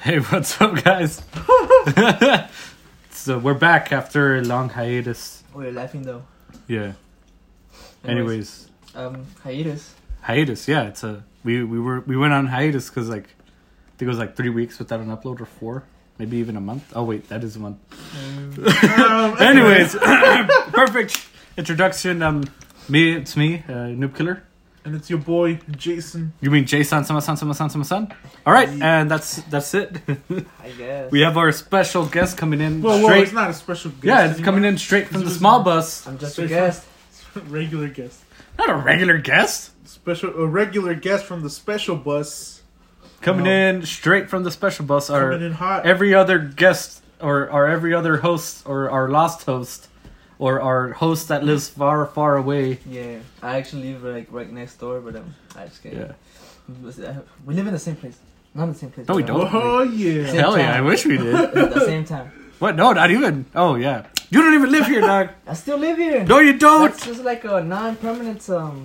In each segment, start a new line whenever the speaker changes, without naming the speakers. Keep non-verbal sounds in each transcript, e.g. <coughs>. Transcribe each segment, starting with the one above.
Hey, what's up, guys? <laughs> so we're back after a long hiatus.
Oh, you're laughing though.
Yeah. Anyways,
Anyways, um, hiatus.
hiatus. Yeah, it's a we we were we went on hiatus because like I think it was like three weeks without an upload or four, maybe even a month. Oh wait, that is a <laughs> month.
Um,
Anyways, <coughs> perfect introduction. Um, me it's me, uh, Noob Killer.
And it's your boy Jason.
You mean Jason Sama San Sama San Sama San? All right, and that's that's <laughs> it.
I guess.
we have our special guest comest in
Well, well,
straight.
it's not a special guest.
yeah, it's coming in straight from the small bus.
I'm just a
Special-
guest.
in <laughs> regular guest.
Not a regular guest.
Special a regular guest from the special bus
Coming
No.
in straight from the special bus are
coming in hot.
every other guest or our every other host or our lost host or our host that lives far, far away.
Yeah, I actually live like right next door, but um, I just kidding.
Yeah.
Yeah. We live in the same place. Not in the same place.
No, we
but, um,
don't.
oh yeah.
Hell yeah, I wish we did.
At the same time.
<laughs> what? No, not even. Oh, yeah. You don't even live here, <laughs> dog.
I still live here.
No, you don't.
That's just like a non-permanent um.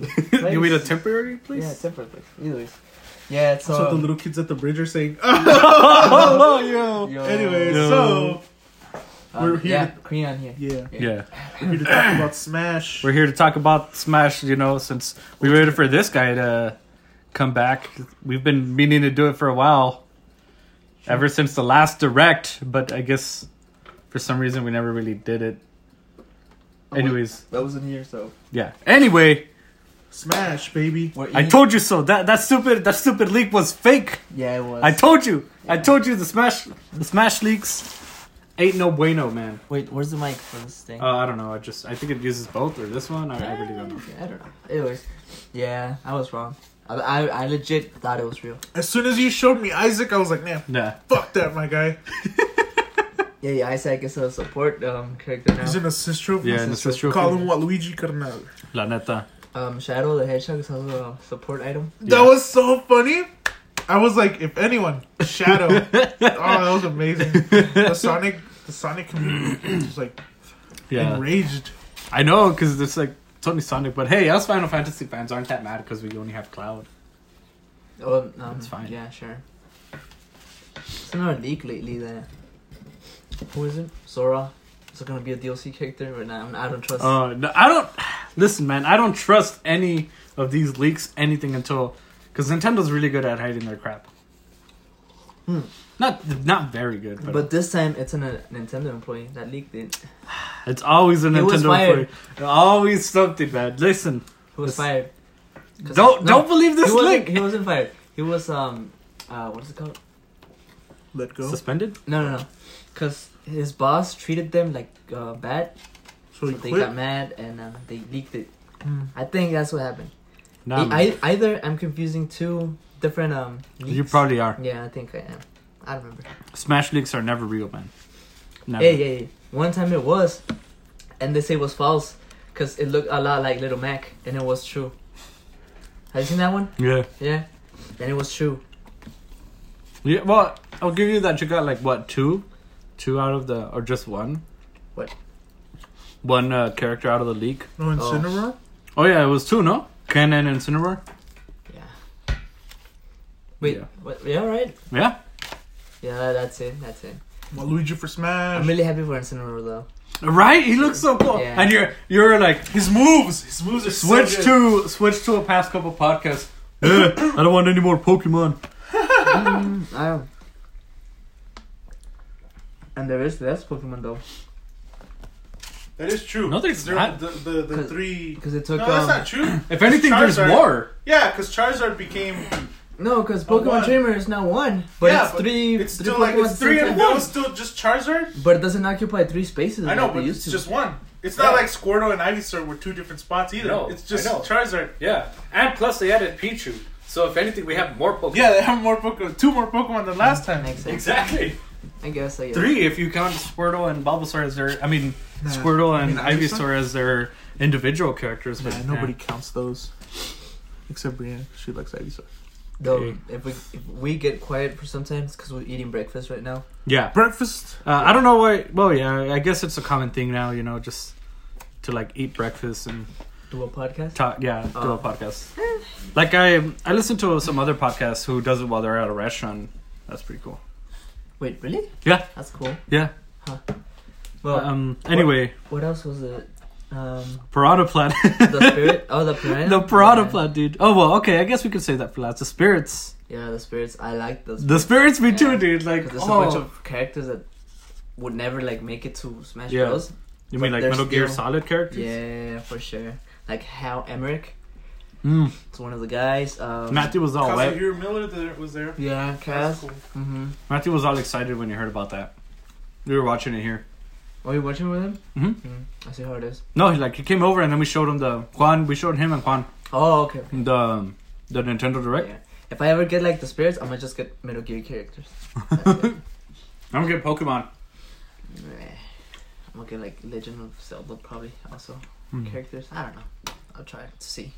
<laughs>
place.
you mean a temporary place?
Yeah, temporary place. Either way. Yeah, um, so.
So,
Um,
the little kids at the bridge are saying.
<laughs> oh, yo.
yo,
Anyway,
Yo.
so
um,
we're here.
Yeah, Creon here.
yeah,
Yeah.
we're here to talk about Smash.
We're here to talk about Smash, you know, since we waited for this guy to come back. We've been meaning to do it for a while. Ever since the last direct, but I guess for some reason we never really did it.
Oh, wait,
Anyways,
That wasn't here, so.
yeah. Anyway,
Smash, baby.
We're
I
eating-
told you so. That that stupid that stupid leak was fake.
Yeah, it was.
I told you. I told you the Smash the Smash leaks ain't no bueno, man.
Wait, where's the mic for this thing?
Uh, I don't know. I just I think it uses both or this one. I, I really don't know.
Yeah, <laughs> I don't know. Anyways, yeah, I was wrong. I, I, I legit thought it was real.
As soon as you showed me Isaac, I was like, nah,
Nah.
fuck that, my guy.
Yeah, yeah, Isaac is a support um character
He's
now.
an assist trophy.
Yeah, and it's just real
Call him
quick.
Waluigi Carnal.
La neta.
Um, Shadow the Hedgehog is also a support item.
Yeah.
That was so funny. I was like, if anyone,
<laughs>
Shadow. oh, that was amazing. The Sonic, the Sonic community <clears throat> was like
Yeah.
enraged.
I know because it's like Tony Sonic, but hey, us Final Fantasy fans aren't that mad because we only have Cloud.
Oh, um, um,
That's fine.
Yeah, sure. It's another leak lately that. Who is it? Sora. Is it gonna be a DLC character? But nah, I'm- I don't trust.
Uh, no, I don't <sighs> listen, man. I don't trust any of these leaks, anything until because Nintendo's really good at hiding their crap.
Hmm.
Not not very good, but,
but this time it's an, a Nintendo employee that leaked it.
it's always a
It was
Nintendo
fired.
employee. Always something bad. Listen,
Who was
This-
fired? 'Cause-
don't
no,
don't believe
he
this
wasn't,
leak.
he wasn't fired. He was um, uh, what is it called?
Let go.
Suspended.
No, no, no. Because his boss treated them like uh, bad,
So
so
he
they
quit.
got mad and uh, they leaked it.
Mm.
I think that's what happened.
Nah, man.
I, I- either I'm confusing two different um.
you
leaks.
probably are.
Yeah, I think I am. I don't remember.
Smash leaks are never real, man. Never.
Hey, yeah, yeah. One time it was, and they say it was false, cause it looked a lot like Little Mac, and it was true. Have you seen that one?
yeah.
Yeah. And it was true.
Yeah, well, I'll give you that. You got like what two, two out of the, or just one.
What?
One uh, character out of the league.
No Incineroar.
Oh yeah, it was two. No, Ken and Incineroar.
Yeah. Wait.
Yeah.
What? Yeah. Right.
Yeah,
Yeah. That's it. That's it.
Waluigi for Smash.
I'm really happy for Incineroar though.
right. He looks so cool.
Yeah.
And you're you're like
his moves. His moves are
switch
so good.
to switch to a past couple podcasts. Eh, <laughs> I don't want any more Pokemon.
Mm, I don't. And there is less Pokemon though,
That is true.
No, there's
There-
not.
The, the, the
Cause-
three.
because it
No,
took
that's
um,
not true.
If anything,
Charizard.
there's more.
Yeah, because Charizard became.
no, because
Oh,
Pokemon
one.
Trainer is now one, but
Yeah,
it's
but
three.
It's
three
still like
Pokemon
it's three
Center.
and one. was still just Charizard.
But it doesn't occupy three spaces.
I know,
like
but
they
it's
used to.
just one. It's
Yeah.
not like Squirtle and Ivysaur were two different spots either.
No,
it's just
I know.
Charizard.
Yeah, and plus they added Pichu. So if anything, we have more Pokemon.
Yeah, they have more Pokemon, two more Pokemon than last time.
Makes
<laughs>
sense.
exactly.
I guess. I guess.
Three, if you count Squirtle and Bulbasaur as their, I mean,
Nah.
Squirtle and
I mean, Ivysaur?
Ivysaur as their individual characters. But
Nah, nobody counts those. Except Brienne. She likes Ivysaur.
Though, if we if we get quiet for sometimes because we're eating breakfast right now.
Yeah,
Breakfast.
uh, I don't know why. Well, yeah, I guess it's a common thing now. You know, just to like eat breakfast and
Do a podcast.
talk. Yeah, do a
Oh.
podcast. Like I, I listen to some other podcasts who does it while they're at a restaurant. That's pretty cool.
Wait, really?
Yeah.
That's cool.
Yeah.
Well,
um. Anyway,
what else was it? Um,
Parada Plat.
the spirit. Oh, the
<laughs>
piranha.
the Parada
Yeah.
Plat, dude. Oh well. Okay. I guess we could say that for last. The spirits.
Yeah, the spirits. I like those.
The spirits, me
Yeah.
too, dude. Like,
Because there's
oh,
a bunch of characters that would never like make it to Smash
Yeah.
Bros.
you mean
but
like
they're
Metal Gear
still-
Solid characters?
Yeah, for sure. Like Hal Emmerich,
Mm.
it's one of the guys. Um,
Matthew
Oh,
was all wet.
Your Miller there was there.
Yeah,
That's
Kaz.
cool.
Mm-hmm.
Matthew was all excited when he heard about that. We were watching it here.
Are you watching with him?
Mhm.
Mm, I see how it is.
No, he like he came over and then we showed him the Juan. We showed him and Juan
Oh, okay.
the um, the Nintendo Direct.
Yeah. If I ever get like the spirits, I'm gonna just get Metal Gear characters. That's
<laughs>
it.
I'm gonna get Pokemon.
Meh. I'm gonna get like Legend of Zelda probably also
Mm.
characters. I don't know. I'll try to see.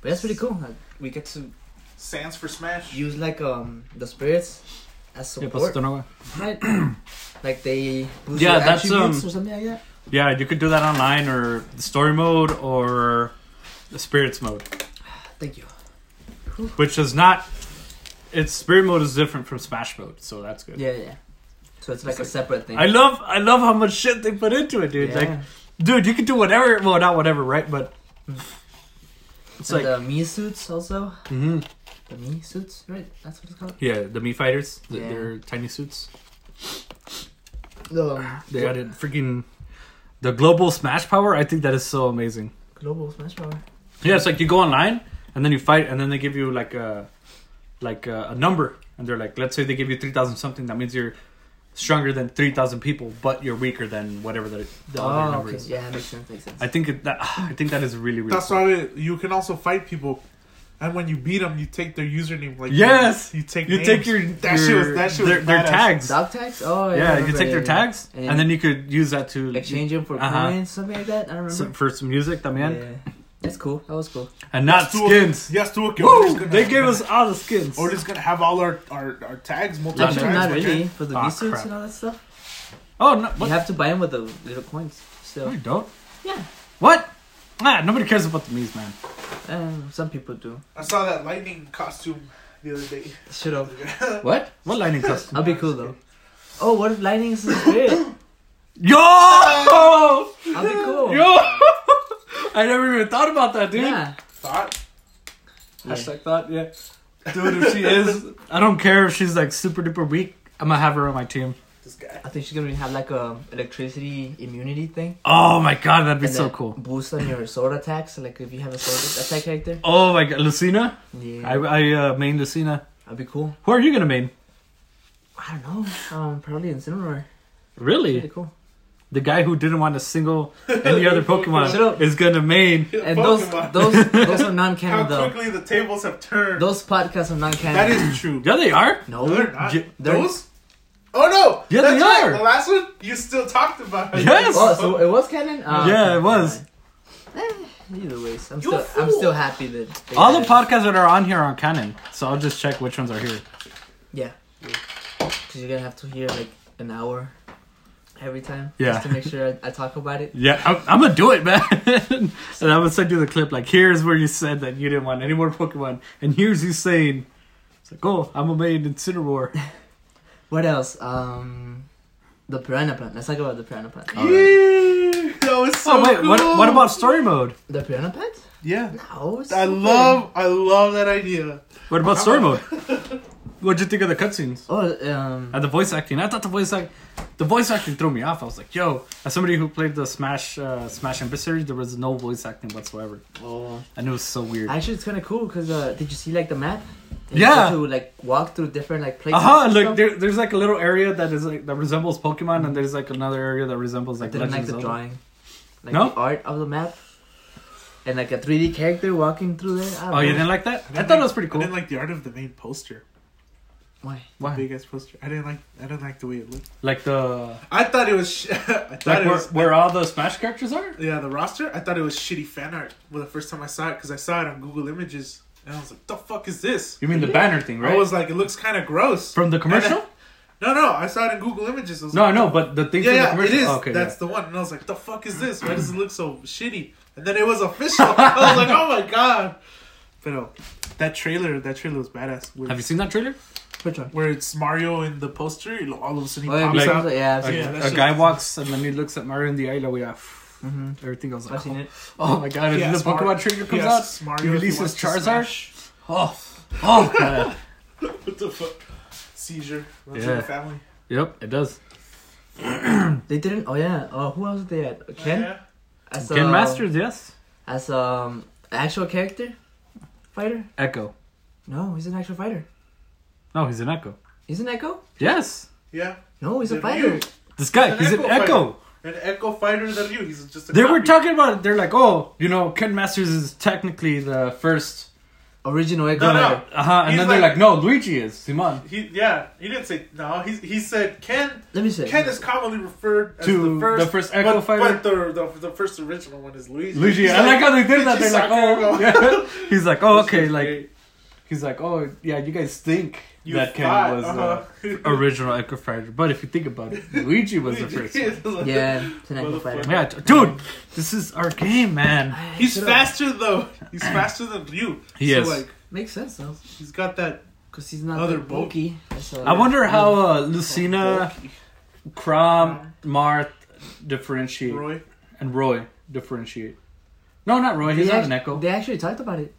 But that's pretty cool. Like, we get to
Sans for Smash.
use like um the spirits as
Yeah, pues,
support,
don't know why.
right? like they boost
Yeah,
your
that's,
attributes
um,
or something like that.
Yeah, you could do that online or the story mode or the spirits mode,
Thank you.
which does not. Its spirit mode is different from Smash mode, so that's good.
Yeah, yeah. So it's like a
like-
separate thing.
I love, I love how much shit they put into it, dude.
Yeah.
Like, dude, you can do whatever. Well, not whatever, right? But it's
And uh,
like,
the Mii suits also.
Mhm.
The Mii suits, right? That's what it's called.
yeah, the Mii fighters, th-
Yeah.
their tiny suits.
The um,
They
glo-
added freaking the global Smash power. I think that is so amazing.
global Smash Power.
Yeah, it's like you go online and then you fight, and then they give you like a like a, a number, and they're like, let's say they give you three thousand something. That means you're stronger than three thousand people, but you're weaker than whatever the, the other
oh,
number
okay.
is.
yeah, makes sense. Makes sense.
I think it, that <sighs> I think that is really really.
That's
cool.
why it- you can also fight people, and when you beat them, you take their username. Like
Yes!
you, take
you
names.
take your
that
your-
shit was that shit
their,
was
their
badass.
tags.
Dog tags? Oh, yeah. I
yeah, you
remember,
could take their
yeah,
tags,
yeah.
and then you could use that to
yeah. exchange them for
Uh-huh.
coins, something like that. I remember.
some, for some music, that man,
Yeah. That's cool. That was cool.
and not
Yes, tú-
skins.
Yes, tú, okay, we're
Woo!
just gonna-
They gave us all the skins.
We're just gonna have all our our, our tags
Not
multiple
Actually,
times.
tags,
not
okay?
really for the
Ah,
V suits
crap.
and all that stuff.
Oh no!
You
What?
have to buy them with the little coins.
No,
So
you don't.
yeah,
What? Ah, nobody cares about the Mii's, man.
um, some people do.
I saw that lightning costume the other day.
Shut up. What?
What lightning costume?
<laughs> I'll be cool though. Oh, what if lightning is a spirit?
Yo!
I'll be cool.
Yo! <laughs> I never even thought about that, dude.
Yeah.
Thought
Yeah.
Hashtag thought, yeah. Dude, if she is, I don't care if she's like super duper weak. I'm gonna have her on my team.
this guy.
I think she's gonna have like a electricity immunity thing.
Oh my god, that'd be
And
so
then
cool.
Boost on your sword attacks. Like if you have a sword attack character.
Oh my god, Lucina?
Yeah.
I, I uh, main Lucina.
I'll be cool.
Who are you gonna main?
I don't know. Um, probably Incineroar. Pretty
Really?
cool.
The guy who didn't want a single any
<laughs>
other
Shut
Pokemon
up.
is gonna main.
And those
Pokemon.
those
<laughs>
those are
How
non-canon though.
quickly the tables have turned.
Those podcasts are non-canon.
that is true.
Yeah, they are.
no.
No, they're not.
J-
they're-
Those? Oh no!
Yeah,
That's
they
right.
are.
The last one you still talked about. it.
Yes.
Oh, so it was canon. Ah,
Yeah,
okay,
it was.
alright. Eh, either ways, I'm
You
still I'm
fool.
still happy that they
All the
did it.
podcasts that are on here are on canon, so I'll just check which ones are here.
Yeah, because you're gonna have to hear like an hour every time.
Yeah.
Just to make sure I, I talk about it.
Yeah, I'm, I'm gonna do it, man. <laughs> and I'm gonna send you the clip. Like, here's where you said that you didn't want any more Pokemon, and here's you saying, "It's like, oh, I'm a main <laughs> Incineroar."
What else? Um, the piranha plant. Let's talk about the piranha plant.
All right.
Yay! That was so
oh wait,
cool.
what, what about story mode?
The piranha plant?
Yeah,
No. it's
I
stupid.
love I love that idea.
What about story mode? What'd you think of the cutscenes
Oh, um,
and the voice acting? I thought the voice act, the voice acting threw me off. I was like, yo, as somebody who played the Smash uh, Smash Ember series, there was no voice acting whatsoever,
oh.
and it was so weird.
Actually, it's kind of cool because uh, did you see like the map? And
Yeah.
You have to like walk through different like places.
Uh huh.
and
Like
stuff.
there, there's like a little area that is like that resembles Pokemon, and there's like another area that resembles
I
like
didn't
Legend
like the
of Zelda.
drawing, like
No?
the art of the map, and like a 3D character walking through there. I don't
Oh, you
know.
didn't like that? I, thought
didn't like-
it was pretty
I
cool.
didn't like the art of the main poster,
Why?
Why?
big ass poster. I didn't like I didn't like the way it looked.
Like the
I thought it was. Sh- <laughs> I thought
like
it
where,
was.
where all the Smash characters are?
yeah, the roster. I thought it was shitty fan art. Well, the first time I saw it, because I saw it on Google Images, and I was like, "The fuck is this?"
You mean the banner thing, right?
I was like, "It looks kind of gross."
From the commercial?
And I- no, no, I saw it in Google Images. I was
No,
like,
no, but the thing
Yeah,
from the
yeah, it
commercial.
is.
Oh, okay,
That's
yeah.
the one. And I was like, "The fuck is this? Why does it look so shitty?" And then it was official. <laughs> I was like, "Oh my god!" But uh, that trailer, that trailer was badass. With,
Have you seen that trailer?
Which one?
where it's Mario in the poster. it all of a sudden he
Oh, yeah,
pops
like-
out.
besides- yeah, I've
A,
seen
Yeah,
it.
that
a
shit
guy
was-
walks and then he looks at Mario in the eye like, yeah,
Mhm.
everything else.
I've
Like,
seen
oh,
it.
oh my god, and
Yeah,
then the
smart-
Pokemon trigger comes
Yes,
out.
Mario
He
if he
releases
wants to
Charizard.
smash.
Oh, oh <laughs> god.
What the fuck? Seizure. Runs in
Yeah.
the family.
yep, it does.
They didn't. Oh yeah. Oh, who else did they add? Ken.
Yeah.
As,
Ken
uh,
Masters, yes.
as um actual character fighter.
Echo.
No, he's an actual fighter.
No, he's an Echo.
He's an Echo.
Yes,
Yeah.
No, he's a
Did
fighter.
you?
this guy,
An
he's an
Echo fighter.
Echo.
An Echo Fighter that you. He's just a
They were
copy.
talking about it. They're like, oh, you know, Ken Masters is technically the first.
Original Echo.
No, no.
fighter.
Uh huh. And
He's
then they're
like-
like, no, Luigi is Simon.
He yeah. He didn't say no. He he said Ken.
Let me say.
Ken is commonly referred as
To
the first,
the first Echo
but,
Fighter?
but the, the the first original one is Luigi.
Luigi.
He's
I like how they did that. They're
"Luigi
like, oh,
Soccer,
yeah. <laughs> he's like, oh,
go."
okay,
This is
like
great.
he's like, oh, yeah, you guys think
You
that Ken
thought,
was uh,
uh-huh. <laughs>
the original Echo Fighter, but if you think about it, Luigi was the first. one.
<laughs> one.
Yeah, it's an Echo
Motherfucker.
fighter.
Yeah, t- dude, this is our game, man.
Ah,
He's
shut up.
faster though.
<clears throat>
He's faster than Ryu.
He
so
is.
like
Makes sense though,
he's got that.
because he's not
Other
that bulky. That's, uh,
I wonder how uh, Lucina,
bulky Uh-huh.
Crom, Marth differentiate
Roy.
and Roy differentiate. No, not Roy.
They
He's not
act-
an Echo.
They actually talked about it.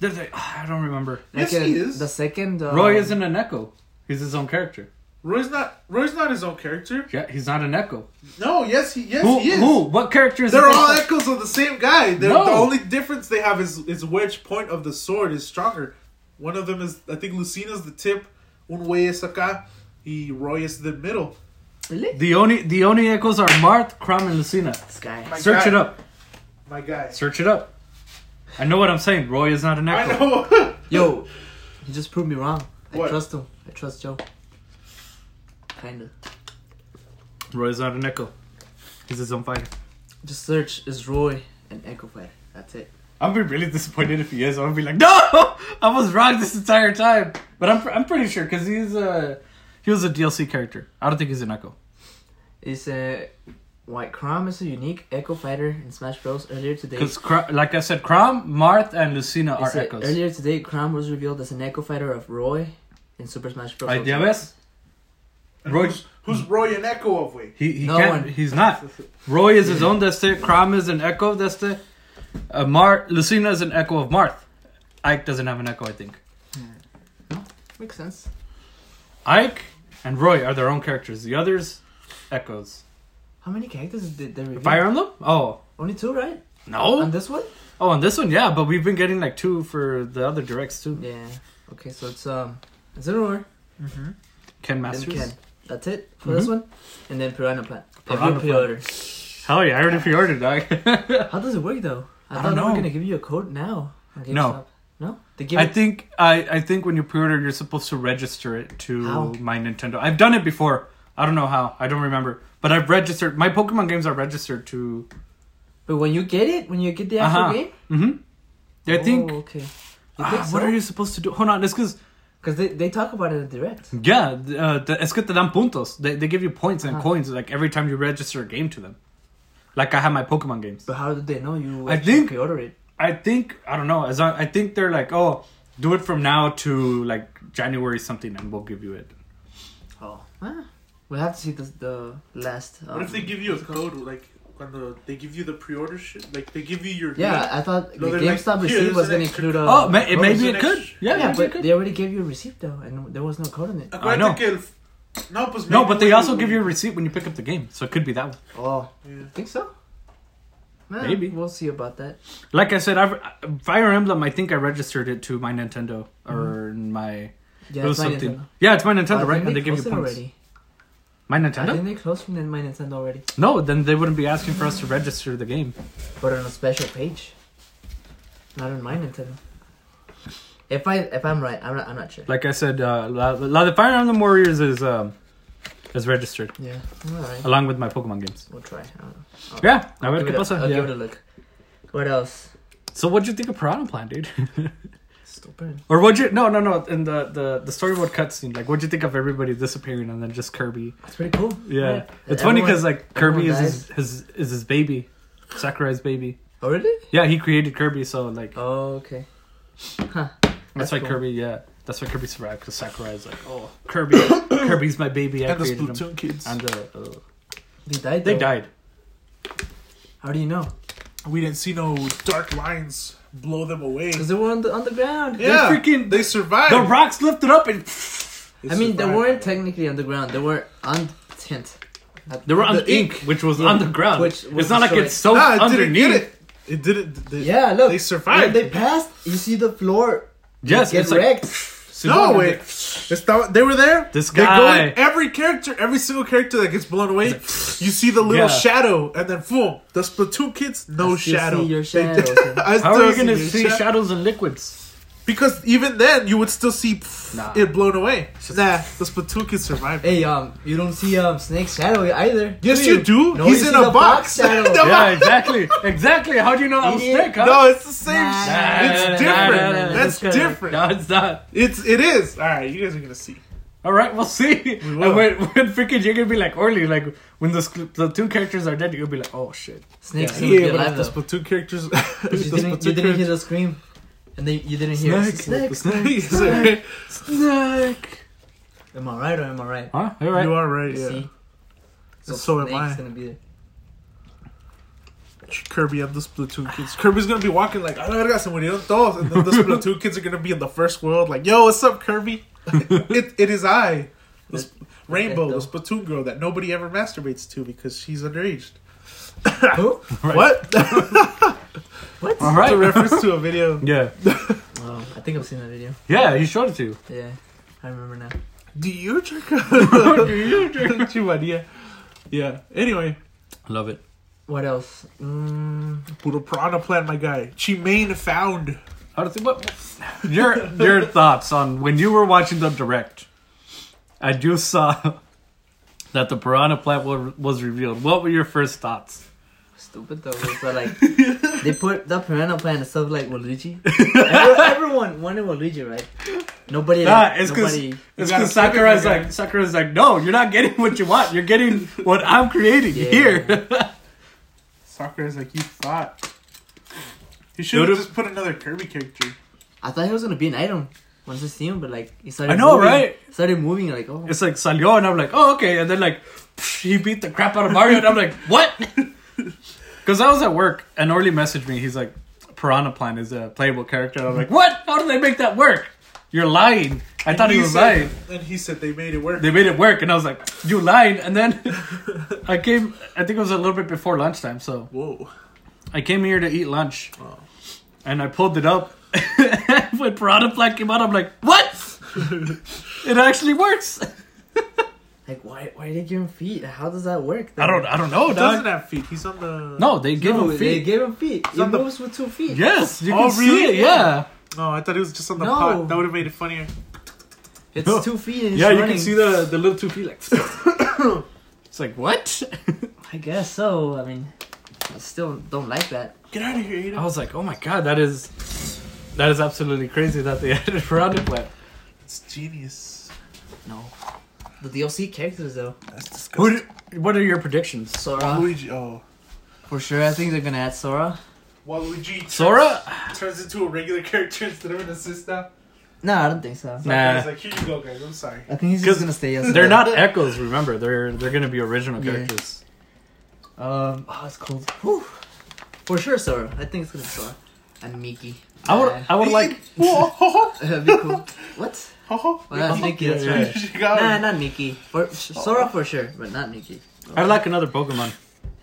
There's a, ah, I don't remember.
Yes,
uh,
he is.
The second. Uh,
Roy isn't an Echo. He's his own character.
Roy's not. Roy's not his own character.
Yeah, he's not an Echo.
No. Yes. He. Yes.
Who?
he is.
Who? What character is?
They're
he?
all echoes of the same guy. They're,
No.
The only difference they have is is which point of the sword is stronger. One of them is I think Lucina's the tip, un way es acá, y Roy is the middle.
Really?
The only the only echoes are Marth, Crom, and Lucina.
This guy.
My
Search
God.
it up.
My guy.
Search it up. I know what I'm saying. Roy is not an
I
echo. <laughs>
know.
Yo, you just proved me wrong. I
What?
trust him. I trust Joe. Kinda.
Roy is not an echo. He's his own fighter.
Just search is Roy and Echo Fighter. That's it.
I'd be really disappointed if he is. I'd be like, no, <laughs> I was wrong this entire time. But I'm I'm pretty sure because he's a he was a DLC character. I don't think he's an echo.
It's a White Crom is a unique Echo Fighter in Smash Bros. Earlier today.
Because like I said, Crom, Marth, and Lucina
It
are
said
echoes.
earlier today, Crom was revealed as an Echo Fighter of Roy in Super Smash Bros.
Ay, ¿ya ves?
And
Roy-
Who's, who's Roy an echo of? Wait.
He, he
No
can't.
one.
He's not. Roy is his own deste. Crom is an echo of deste. Uh, Mar Lucina is an echo of Marth. Ike doesn't have an echo, I think.
Makes sense.
Ike and Roy are their own characters. The others, echoes.
How many characters did they reveal?
Fire Emblem? Oh
Only two, right? On
no!
this one?
Oh, on this one, yeah. But we've been getting like two for the other directs too.
Yeah. Okay, so it's um, Zeror
Mm-hmm.
Ken
and
Masters.
Ken. That's it for this
Mhm.
one, and then Piranha Plant.
Piranha
Every
Plant.
pre-order.
Hell yeah! I already pre-ordered. I,
How does it work though? I,
I
thought
don't
they were
know.
gonna give you a code now. on
No.
GameStop. No. They give
I
it-
think I, I think when you pre-order, you're supposed to register it to
How?
my Nintendo. I've done it before. I don't know how. I don't remember. But I've registered. My Pokemon games are registered to
But when you get it, when you get the actual
Uh-huh.
game,
Mm-hmm. I think.
Oh, okay.
Ah, What are you supposed to do? Hold on, it's because
Because they, they talk about it in direct.
yeah, the- uh, the, es que te dan puntos. They they give you points and
Uh-huh.
coins like every time you register a game to them. Like I have my Pokemon games.
But how do they know you?
I
actually
think-
pre-order it.
I think I don't know. As long, I think they're like, oh, do it from now to like January something, and we'll give you it.
Oh. Huh? We have to see this, the last. Um,
What if they give you a code like when the, they give you the pre-order shit? Like they give you your
Yeah, I thought
No,
the
they're like,
GameStop
"Here,
receipt
there's
was
an
gonna
extra
include a.
oh, may,
code.
it, maybe
an
it could.
extra-
Yeah,
Uh, Yeah,
maybe it
but
could.
they already gave you a receipt though, and there was no code on it.
I
Acuérdate
know.
que el- no, pues
No,
maybe
but they
when
also give you a receipt when you pick up the game, so it could be that one.
Oh,
Yeah.
think so? Eh,
Maybe.
we'll see about that.
Like I said, I've, Fire Emblem. I think I registered it to my Nintendo or my
Mm-hmm. Yeah,
it was
it's my
something.
Nintendo.
Yeah, it's my
I
Nintendo, right?
think
And they give you
closed it
points.
already.
My
I
Nintendo?
think they closed from my Nintendo already,
No, then they wouldn't be asking for us to register the game.
but on a special page, not on my Nintendo. If I if I'm right, I'm not, I'm not sure.
Like I said, uh, La, La the Fire Emblem Warriors is um, is registered
yeah, all right.
along with my Pokemon games.
We'll try. I don't know.
Yeah, a ver
Give
qué
it a-
pasa.
I'll give
Yeah.
it a look. What else?
So what'd you think of Piranha Plant, dude? <laughs>
Stupid.
or what'd you? No, no, no. In the the the storyboard cutscene, like, what'd you think of everybody disappearing and then just Kirby?
It's pretty cool.
Yeah,
Right?
it's funny 'cause funny
Everyone-
because like Kirby is
everyone
his, his is his baby, Sakurai's baby.
Oh really?
Yeah, he created Kirby, so like
Oh okay.
that's,
that's
why
cool.
Kirby. Yeah, That's why Kirby survived because Sakurai is like, oh, Kirby, <coughs> Kirby's my baby. I
and the
created him.
Splatoon kids.
And the, uh,
They died.
they
though.
died.
How do you know?
we didn't see no dark lines blow them away.
Because they were on the on the ground.
Yeah,
freaking-
they survived.
The rocks lifted up and
They
I mean, they
survived.
weren't technically on the ground. They were on tint. At-
they were on
the
the ink, which was
Yeah.
on the ground.
Which
it's
was
not like
destroyed.
it's so
Nah, it Ah, didn't
underneath.
get it. It didn't. They,
Yeah, look.
They survived.
When they passed. You see the floor
Yes,
get
it's like,
wrecked.
so
no,
wonder-
wait. It's not- they were there.
This
They go
guy.
in, every character, every single character that gets blown away, you see the little
Yeah.
shadow, and then boom, the Splatoon kids, no
I still
shadow.
see your
They-
shadows.
<laughs> I
How
still
are you gonna
your
see
shadow.
shadows and liquids?
Because even then, you would still see pff,
Nah.
it blown away. Nah, the Splatoon kids survived.
hey, um, you don't see um Snake's shadow either.
Yes, you do.
No,
He's
you
in
see
a
the
box.
box
<laughs>
shadow.
The
Yeah, exactly, exactly. How do you know
<laughs>
I'm
Idiot.
sick? Huh?
No, it's the same.
Nah.
sh-
Nah,
it's
nah, nah,
different.
nah, nah, nah.
That's
It's kinda-
different.
No, it's not.
It's it is. All right, you guys are gonna see.
All right, we'll see.
will.
And when, when freaking you're gonna be like Orly, like when the sc- the two characters are dead, you'll be like, oh shit. Yeah.
Snake's gonna be
Yeah, but
alive
if the
though.
Splatoon characters. <laughs> if
But
the
You didn't, you
Splatoon
didn't
characters-
hear the scream, and then you didn't hear
Snake,
Snake.
snake,
<laughs> He's like,
snake.
Am I right or am I right?
Huh? All
You
right.
are right. Yeah.
See,
So am
Snake's
I. <laughs>
gonna be there.
Kirby and the Splatoon kids. Kirby's gonna be walking like, I got some todos. And <laughs> then the Splatoon kids are gonna be in the first world, like, yo, what's up, <laughs> Kirby? it, it is I, the Sp- Rainbow, the Splatoon girl that nobody ever masturbates to because she's underage.
Who?
<laughs> What?
What?
All
a
right.
reference to a video.
Yeah.
Oh, I think I've seen that video.
Yeah. He showed it to you.
Yeah, I remember now.
Do you drink? <laughs> Do you drink? Chihuahua. Yeah. Anyway,
Love it.
What else? Mm,
Puro Piranha Plant, my guy. Chimane found.
How does it, what, your your thoughts on when you were watching the direct and you saw that the piranha plant wa- was revealed? What were your first thoughts?
stupid though. It's
<laughs>
not like they put the piranha plant and stuff like Waluigi. Everyone, everyone wanted Waluigi, right? Nobody.
Nah, it's 'cause-
nobody.
It's
gotta
because Sakura's
flip it, my
like Sakura's like, no, you're not getting what you want. You're getting what I'm creating
Yeah.
here. <laughs>
Sakura's like, you thought. You should have
Notice-
just put another Kirby character.
I thought he was gonna be an item once I see him, but like he started.
I know,
moving,
right?
Started moving like oh.
It's like salió, and I'm like, oh okay, and then like psh, he beat the crap out of Mario, and I'm like, <laughs> what? Because I was at work, and Orly messaged me. He's like, Piranha Plant is a playable character. And I'm like, what? How did they make that work? You're lying. I thought he was
said,
lying.
And he said they made it work.
they made it work and i was like you lied and then <laughs> i came i think it was a little bit before lunchtime so <laughs>
Whoa.
i came here to eat lunch and i pulled it up <laughs> when piranha plant came out i'm like what it actually works
Like why? Why did they give him feet? How does that work?
i don't i don't know
He doesn't
dog.
have feet. He's on the.
no they give
no,
him
They
feet
gave him feet. He
on the-
moves with two feet.
yes you
Oh,
can see it
really?
yeah
No, I thought it was just on the
No.
pot. That would have made it funnier.
It's two feet and he's
yeah you
running.
can see the the little two feet like <coughs> it's like <laughs> what
I guess so. I mean, I still don't like that.
Get out of here, Ada.
i was like oh my god that is that is absolutely crazy that they <laughs> added piranha plant
It's genius.
No. The DLC characters though.
That's disgusting.
Who do- what are your predictions
Sora.
Waluigi. Oh.
For sure, I think they're gonna add Sora.
Waluigi. turns-
<laughs> sora
Turns into a regular <laughs> character instead of an assistant.
No, I don't think so.
Nah.
He's like, here you go, guys. I'm sorry.
I think he's
'Cause
just gonna stay as
They're not echoes. Remember, they're they're gonna be original
Yeah.
characters.
Um, oh, it's cold. Whew. For sure, Sora. I think it's gonna be Sora. And Mickey.
I would I would like
<laughs> Whoa, ho, ho,
<laughs> That'd be cool. What?
ho, ho.
Well, that's
<laughs>
Mickey. That's
yeah,
right.
yeah.
She got
Nah,
Oh.
it.
not Mickey. For Sora for sure, but not Mickey.
I'd like another Pokemon.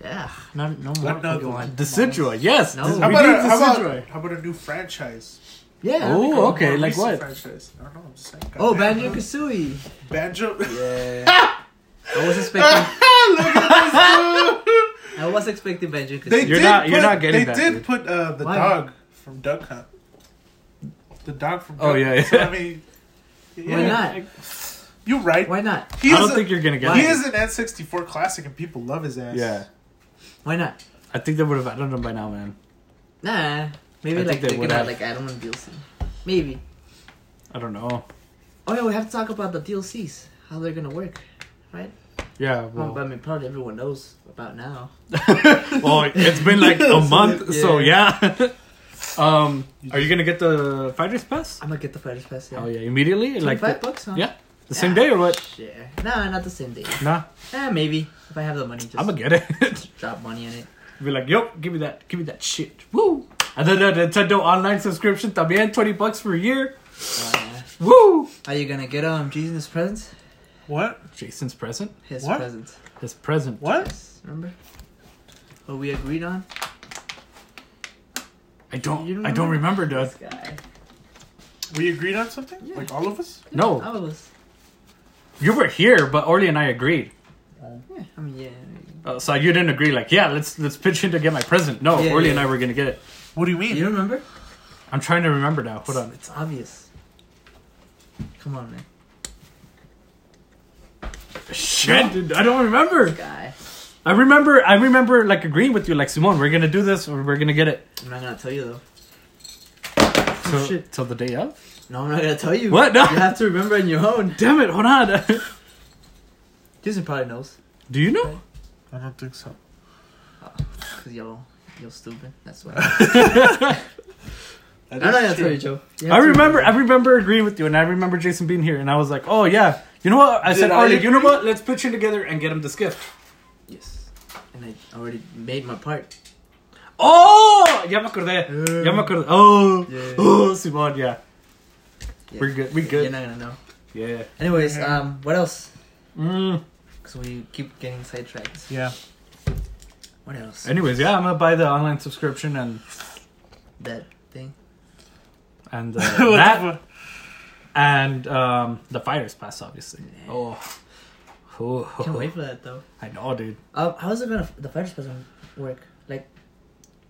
Yeah, not no more
Another
Pokemon.
Deciduous, yes.
No.
this-
How
we
about,
need
a, how, about,
Deciduous.
how about a new franchise?
Yeah. that'd be
Oh,
cool.
okay.
Or a
like
recent
what?
Franchise. I don't know. I'm just saying.
Oh,
Goddamn.
Banjo Kazooie.
Banjo.
Yeah. I was expecting.
<laughs>
Look at this dude.
I was expecting Banjo Kazooie.
<laughs> They
You're
did
not-
Put,
you're not getting
They
that,
did
dude.
put uh, the
Why?
dog from Duck Hunt. The dog from.
Oh,
Duck
yeah,
Hunt.
yeah.
So, I mean, yeah,
Why not?
You're right.
Why not?
He
I
is
don't
a-
think you're gonna get
he
it.
is an N64 classic, and people love his ass.
Yeah,
Why not?
I think they would have added them by now, man.
Nah. Maybe
I think
like
they
they are
would
gonna
have.
like add on DLC. Maybe.
I don't know.
Oh yeah, we have to talk about the DLCs. How they're gonna work, right?
Yeah,
Well,
well,
I mean, probably everyone knows about now. <laughs>
well it's been like a month, so yeah. <laughs> Um, are you gonna get the fighters pass?
I'm gonna get the fighters pass. Yeah.
Oh yeah, immediately, like
five
the,
bucks. Huh?
yeah, the same day or what?
Yeah. Nah, not the same day.
Nah,
Eh, maybe if I have the money, just
I'm gonna get it. <laughs>
drop money in it.
Be like, yo, give me that, give me that shit. Woo! And then the Nintendo online subscription también, twenty bucks for a year.
Oh, yeah.
Woo!
Are you gonna get um Jesus' presents?
What?
Jason's present.
His
What?
presents.
His present.
What?
Yes, remember? What we agreed on?
I
You
don't.
don't
I don't remember, dude.
This guy.
We agreed on something? Like all of us?
No.
I was.
You were here, but Orly and I agreed.
Yeah, I mean, yeah.
Uh, so you didn't agree. Like, yeah, let's let's pitch in to get my present. No,
Yeah,
Orly
yeah.
and I were gonna get it.
What do you mean?
You remember?
I'm trying to remember now. Hold on.
It's obvious. Come on, man.
Shit, dude, I don't remember.
Guy.
I remember. I remember like agreeing with you, like Simone, we're gonna do this or we're gonna get it.
I'm not gonna tell you though.
So,
shit.
Till the day of.
No, I'm not gonna tell you.
What? No.
You have to remember on your own.
Damn it! Hold on. <laughs>
Jason probably knows.
do you <laughs> know?
I don't think so.
Cause y'all, y'all stupid.
<laughs>
That's why.
That
I'm not
is
gonna tell
true.
you, Joe. You
I
have to
remember. I remember agreeing with you, and I remember Jason being here, and I was like, oh yeah. You know what? I
Did
said,
I
Orly, you know
agree?
what? Let's pitch in together and get him this gift.
Yes. And I already made my part.
Oh, ya me acordé.
Yeah.
Ya me acordé. Oh,
Yeah.
oh, Simone, yeah.
Yeah.
We're good. We
You're
good.
not gonna know.
Yeah.
Anyways,
Yeah.
um, what else?
Mm.
Cause we keep getting sidetracked.
Yeah.
What else?
Anyways, yeah, I'm gonna buy the online subscription and
that
<laughs>
thing. <laughs>
and uh,
What the
that
fuck?
and um, the fighters pass, obviously.
Yeah.
Oh. Oh,
Can't wait for that though.
I know, dude.
Um, how is it gonna the fighters pass gonna work? Like,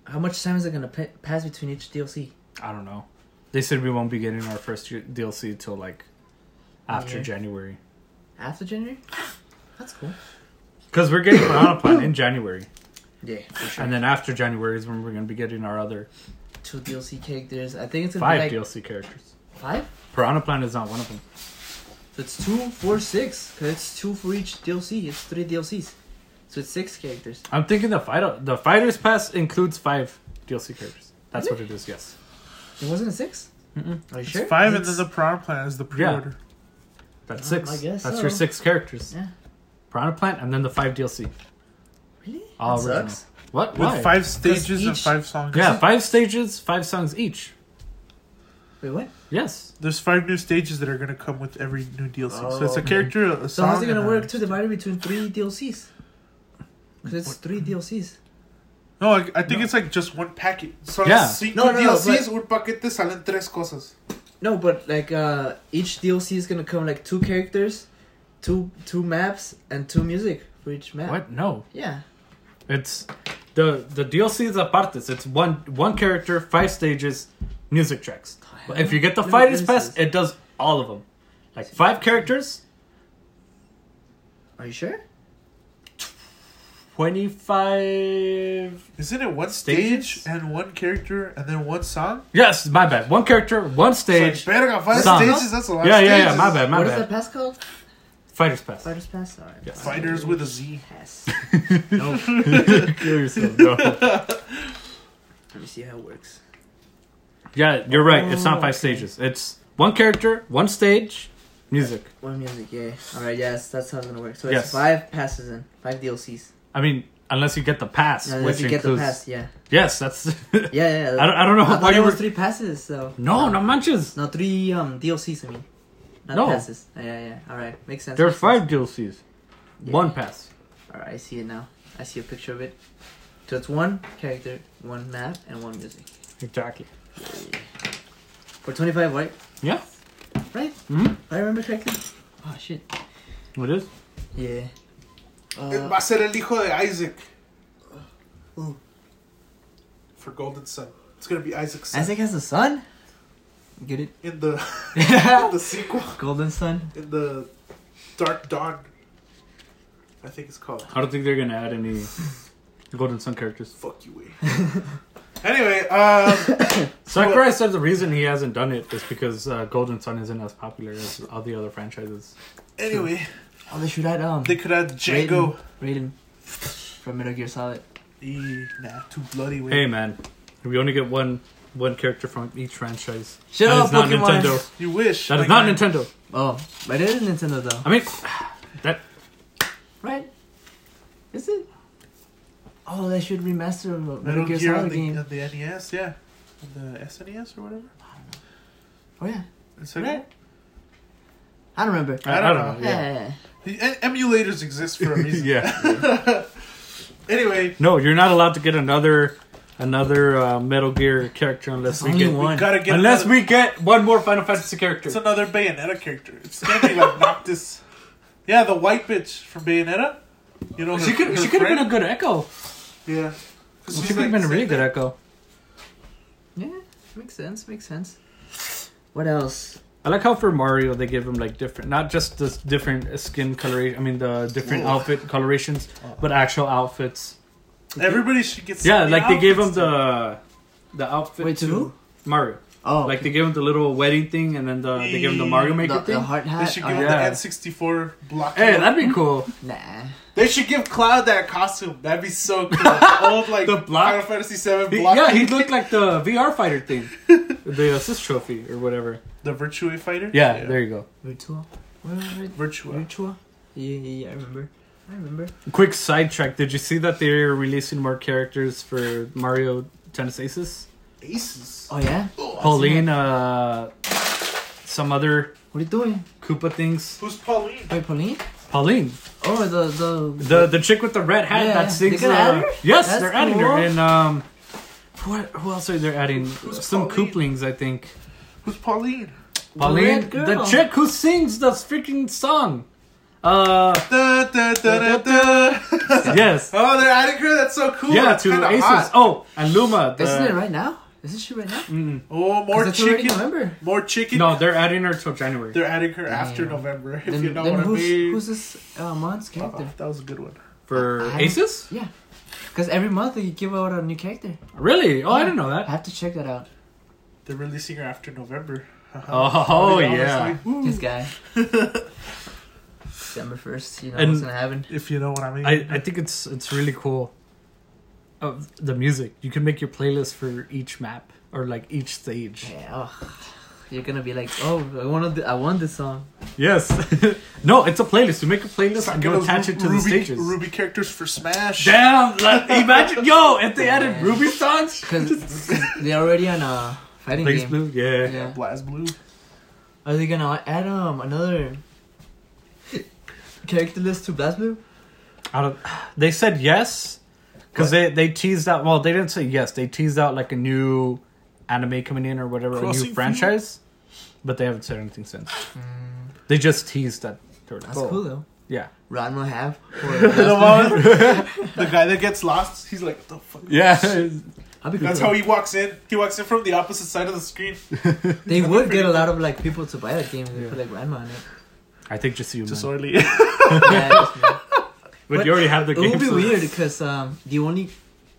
how much time is it gonna pa- pass between each DLC?
I don't know. They said we won't be getting our first J- DLC till like after
Yeah.
January. <gasps>
After January? That's cool.
Because we're getting Piranha Plant in January.
Yeah, for sure.
And then after January is when we're going to be getting our other
Two DLC characters. I think it's gonna
five
be like
DLC characters.
five.
Piranha Plant is not one of them.
So it's two, four, six. Cause it's two for each DLC. It's three DLCs. So it's six characters.
I'm thinking the fight the fighters pass includes five DLC characters. That's what it is. Yes.
It wasn't a six.
Mm-mm.
Are you
It's
sure?
five and
It's-
then the prior plan is the pre-order.
That's
Um,
six.
I guess
That's
so.
your six characters.
Yeah.
Piranha Plant and then the five DLC.
really.
All
that
original.
sucks.
What?
With
Why?
five stages and
each-
five songs.
Yeah, five stages, five songs each.
Wait, what?
Yes.
There's five new stages that are gonna come with every new DLC.
Oh,
so it's a
okay.
character, a song.
So how's it
and
gonna
a-
work to divide it between three DLCs? 'Cause it's three DLCs.
No, I, I think it's like just one packet. So
Yeah.
cinco
No, no, no,
DLCs, un paquete salen tres cosas.
No, but like uh each DLC is gonna come like two characters, two two maps, and two music for each map.
What? No.
Yeah.
It's the the DLC is apartes. It's one one character, five stages, music tracks. But if you get the
Let me
fighters
finish
pass,
this.
it does all of them. Like five characters,
Are you sure?
twenty five
Isn't it one
Stages?
stage and one character and then one song?
Yes, my bad. One character, one
It's
stage.
Like, verga, five
Songs.
stages? That's a lot
yeah,
of
yeah,
stages.
yeah. My bad, my
What is
bad.
that pass called?
Fighters pass.
<laughs> Fighters pass. Alright.
Yes.
Fighters with a Z.
pass.
No, kill yourself. No.
Let me see how it works.
<laughs> Yeah, you're right. It's not
Oh,
five stages. It's one character, one stage, music.
One music, yeah. Alright, yes, that's how it's gonna work. So
Yes.
it's five passes in, five DLCs.
I mean, unless you get the pass,
And
which
if you get
includes.
the pass, yeah.
Yes, that's. <laughs> I
Yeah, yeah. yeah.
don't. I don't know
I
why
thought
you
it
were.
was three passes, so.
No, no manches.
No, three um DLCs. I mean, not
No.
passes. Yeah, yeah, yeah. All right, makes sense.
There are
makes sense.
five DLCs.
Yeah.
One pass.
All right, I see it now. I see a picture of it. So it's one character, one map, and one music.
Exactly.
For twenty-five, right?
Yeah.
Right?
Hmm.
If I remember correctly. Oh shit.
What is?
Yeah. Uh, uh.
It va a ser el hijo de Isaac.
Who?
For Golden Sun. It's gonna be Isaac's son.
Isaac has a son. Get it?
<laughs>
In the, in the sequel.
Golden son.
In the Dark Dawn. I think it's called.
I don't think they're gonna add any Golden Sun characters.
Fuck you, way. <laughs> anyway, um,
Sakurai said the reason he hasn't done it is because uh, Golden Sun isn't as popular as all the other franchises.
anyway,
Oh, they should add um
they could add Django.
Raiden from Metal Gear Solid.
Eh, nah, too bloody. Way.
Hey man, we only get one one character from each franchise.
Shut
That
up,
is not
Pokemon.
Nintendo.
You wish.
That
my
is not
guy.
Nintendo.
Oh, but it is Nintendo though,
I mean, that
right? Is it? Oh, they should remaster a Metal
Metal
Gear
Gear on
Solid
the,
game.
on the NES, yeah. On the SNES or whatever.
Oh yeah,
The second-
right? I don't remember.
I, I don't, know. <laughs> Yeah.
Yeah.
The em- emulators exist
<laughs>
for a reason.
yeah.
<laughs> Anyway,
No, you're not allowed to get another another uh, Metal Gear character unless we
Only
get
one.
we gotta get
unless
another,
we get one more Final Fantasy character.
It's another Bayonetta character. It's gonna be like <laughs> Noctis. Yeah, the white bitch from Bayonetta. You know, her,
she could
her
she could have
friend.
been a good Echo.
Yeah.
She could have been a really good Echo.
Yeah, makes sense. Makes sense. What else?
I like how for Mario they give him like different, not just the different skin coloration. I mean the different
Whoa.
outfit colorations, but actual outfits.
Everybody should get.
Yeah,
some
like they gave him
outfits,
the the outfit.
Wait, to who?
Mario.
Oh,
Like they gave him the little wedding thing, and then the, they gave him the Mario
the,
Maker
the
thing.
heart
dude. They
hat.
should
Oh,
give him
yeah.
the N64 block.
Hey, that'd be
<laughs>
cool.
nah.
They should give Cloud that costume. That'd be so cool. Old like
The block?
Final Fantasy VII
He-
block.
yeah, he looked like the VR fighter thing, the assist trophy or whatever.
the Virtue Fighter.
Yeah, there you go.
Virtua. Where was it?
Virtua.
Virtua. Yeah, yeah, yeah. I remember. I remember.
Quick sidetrack. Did you see that they're releasing more characters for Mario Tennis Aces?
Aces.
Oh yeah.
Pauline, uh, some other
What are you doing?
Koopa things.
Who's Pauline?
Wait, Pauline?
Pauline,
Oh, the the
the the chick with the red hat
Yeah,
that sings.
they're gonna
uh,
add her?
Yes,
That's
they're adding
cool.
her. And um, what? Who else are they adding?
Who's
some
Pauline?
Kooplings, I think.
Who's Pauline?
Pauline,
red
the
girl.
chick who sings the freaking song.
<laughs>
Uh,
Da, da, da, da, da.
yes.
oh, they're adding her. That's so cool.
Yeah,
That's
to
kinda
Aces.
hot.
Oh, and Luma. The,
Isn't it right now? Isn't she right now? 'Cause
mm,
Oh, more
that's already
chicken.
November.
More chicken.
no, they're adding her till January.
They're adding her after
Damn.
November. If
Then,
you know
then
what
who's,
I mean.
who's this uh, month's character?
Oh, that was a good one.
for
I- I-
Aces?
Yeah, because every month they give out a new character.
Really? Oh, I didn't know
I
that.
have to check that out.
They're releasing her after November. <laughs>
Oh, yeah.
honestly. Ooh.
This <laughs> guy. December first. You know
And-
what's gonna happen.
If you know what I mean.
I, I think it's it's really cool. Oh, the music. You can make your playlist for each map or like each stage.
Yeah. Oh. You're gonna be like, oh, I wanted, I want this song.
Yes. <laughs> no, it's a playlist. You make a playlist and you
Those
attach
Ru-
it to
Ruby,
the stages.
Ruby characters for Smash.
Damn! Like, imagine, yo, if they added
Yeah.
Ruby songs.
Because they're already on a fighting
Blaze
game.
Blue, yeah.
Yeah.
BlazBlue.
Are they gonna add um another character list to BlazBlue?
I don't, they said yes because they they teased out. Well, they didn't say yes. They teased out like a new anime coming in or whatever,
Crossing
a new
Field?
franchise. But they haven't said anything since. They just teased that. they were like,
That's
"Oh,
cool though.
Yeah.
Ron will have.
the,
Or uh,
one, <laughs> the guy that gets lost, he's like, what the fuck?
Yeah.
I'll be cool.
That's how he walks in. He walks in from the opposite side of the screen.
they would get a lot of like people to buy that game. if They put like grandma
<laughs>
in it.
I think just you.
Just
man.
oily.
Yeah, just me.
But,
But
you already have the
it would
game.
be
so-
weird because um the only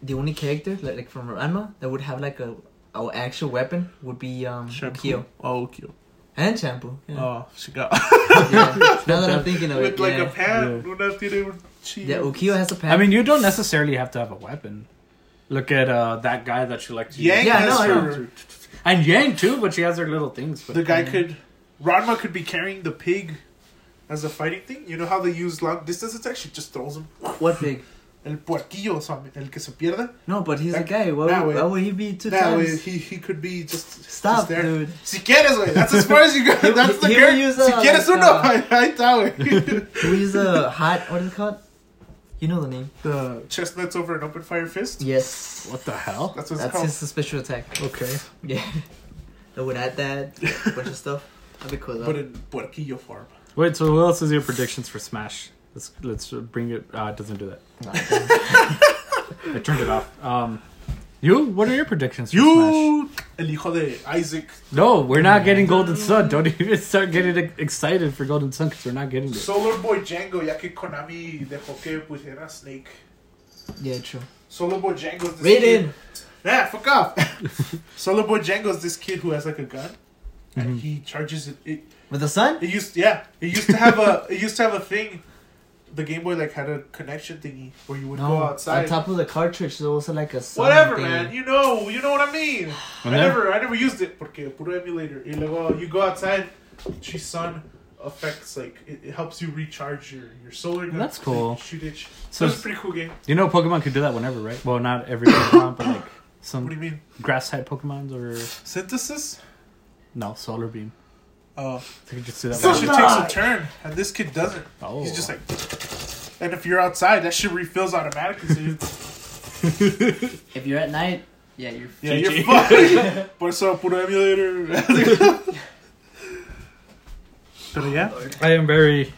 the only character like, like from Ranma that would have like a our actual weapon would be um Kyo
<laughs> Oh, Kyo.
and shampoo. Yeah.
Oh, she got.
<laughs>
Yeah. Now that I'm thinking of
<laughs> With
it,
like
yeah.
a pan.
Yeah.
Una tiene she.
yeah, Ukio has a pan.
I mean, you don't necessarily have to have a weapon. Look at uh, that guy that you like to
Yang
use.
Yeah,
has
no, I know.
her.
And Yang too, but she has her little things. But
The guy could. Ranma could be carrying the pig as a fighting thing. You know how they use long distance attacks? She just throws him.
what big?
El puerquillo, o sea, el que se pierde.
No, but he's a
That-
guy. Why
that
would,
way-
why would he be two
That way
times?
he, he could be just.
Stop,
just there.
dude.
Si quieres, güey. That's as far as you
<laughs>
go.
He-
That's the
he
character.
will use,
si
uh,
quieres
like,
uno,
uh,
ahí ahí está, güey.
We use a hot. What is it called? You know <laughs> the name.
<laughs> the chestnuts over an open fire fist.
Yes.
What the hell?
That's what it's
That's
called.
his special attack.
Okay.
Yeah. That would add that bunch of stuff. That'd be cool.
But
Though.
in puerquillo form.
Wait. So, what else is your predictions for Smash? Let's let's bring it. Uh, it doesn't do that. <laughs> I turned it off. Um, you. What are your predictions? For Smash?
You, el hijo de Isaac.
No, we're not getting Golden Sun. Don't <laughs> even start getting ex- excited for Golden Sun because we're not getting it.
Solar Boy Django, ya que Konami dejó que pusiera Snake.
yeah, true.
Solar Boy Django's this
Raiden.
kid. Yeah, fuck
<laughs>
off. Solar Boy Django's this kid who has like a gun.
Mm-hmm.
And he charges it. It,
With the sun?
it used, yeah. It used to have a. It used to have a thing the Game Boy like had a connection thingy where you would
no,
go
on
outside.
top of the cartridge, there was like a sun
Whatever,
thing.
man. You know, you know what I
<sighs>
mean. I
And then-
never, I never used it porque puro emulator. Y luego you go outside, she sun affects like it, it helps you recharge your your solar. gun.
That's cool.
Shoot it.
So
So it's a
s-
pretty cool game.
you know Pokemon could do that whenever, right? Well, not every <coughs> Pokemon, but like
What do
some
you mean?
grass type Pokemons or
Synthesis?
no solar beam.
Oh,
They could just do that.
that shit
whenever.
takes a turn, and this kid doesn't.
Oh.
He's just like, and if you're outside, that shit refills automatically. So you
<laughs> If you're at night, yeah, you're.
Yeah, you're
<laughs>
fucked. Por eso, puro emulator. <laughs> Pero yeah.
I am very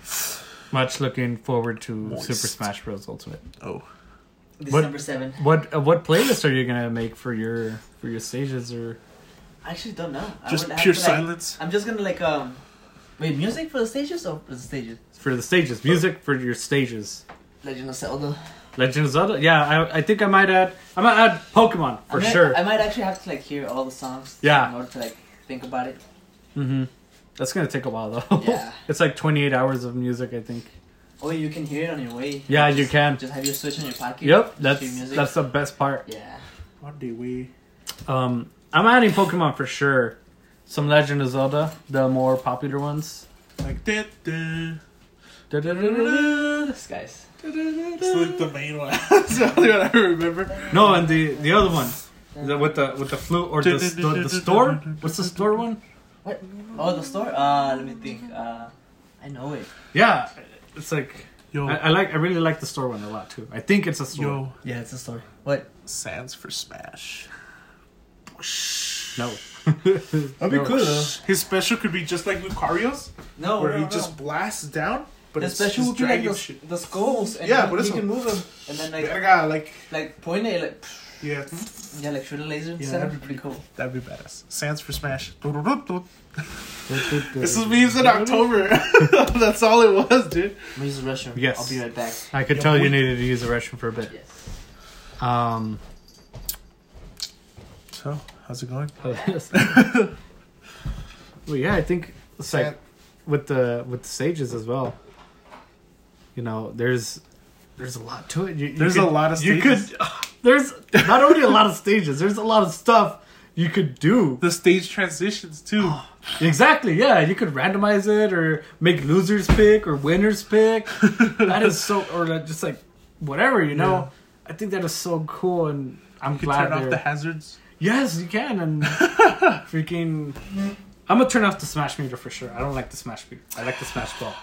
much looking forward to Super Smash Bros. Ultimate.
Oh.
December 7th.
What uh, what playlist are you gonna make for your for your stages or?
I actually don't know. I
Just
would have
pure
to, like-
silence.
I'm just gonna like um, wait, music for the stages or for the stages?
For the stages, music for your stages.
Legend of Zelda.
Legend of Zelda. Yeah, I, I think I might add. I might add Pokemon
I
for
might,
sure.
I might actually have to like hear all the songs.
Yeah.
In order to like think about it.
hmm That's gonna take a while though.
Yeah.
<laughs> it's like 28 hours of music, I think.
Oh, you can hear it on your way.
Yeah,
just,
you can.
Just have your switch on your pocket.
Yep,
Stream
that's
music.
that's the best part.
Yeah.
One day we.
Um, I'm adding Pokemon for sure. Some Legend of Zelda, the more popular ones.
Like, da, da,
Da-da-da-da-da.
This guy's.
It's like the main one. <laughs> That's the only one I remember.
No, and the the other one the, with the with the flute or the, the, the store. What's the store one?
What? Oh, the store. Uh, let me think. Uh, I know it.
Yeah, it's like
Yo,
I, I like I really like the store one a lot too. I think it's a store.
yo.
Yeah, it's a store. What?
Sans for Smash. <laughs>
No,
That'd
be cool,
though. His special could be just like Lucario's,
Oh,
No,
where
no,
he
no.
just blasts down, but
the
it's
special
just
would be like
dragon
the,
shit.
the skulls, and
Yeah,
you,
but
you
it's
can move them, and then like
Verga, <laughs> like,
like point it, like
yeah,
yeah, like shoot a laser.
Yeah,
Yeah,
that'd
that'd
be
be pretty cool.
that'd be badass. Sans for Smash. This is memes in October. <laughs> That's all it was, dude.
I'm use the restroom.
Yes.
I'll be right back.
I could tell you needed to use the restroom for a bit.
Yes.
Um,
So, how's it going?
well, yeah, I think it's like with the with the sages as well. You know, there's there's a lot to it. You, you
There's a
could-
lot of
You could <laughs> there's not only a lot of stages. There's a lot of stuff you could do.
the stage transitions too.
Oh, Exactly. Yeah, you could randomize it or make losers pick or winners pick.
<laughs>
that is so, or like, just like whatever you know. I think that is so cool, and I'm
you could
glad
turn off
they're-
the hazards.
<laughs> Yes, you can,
<laughs>
and freaking. I'm gonna turn off the smash meter for sure. I don't like the smash meter. I like the smash ball.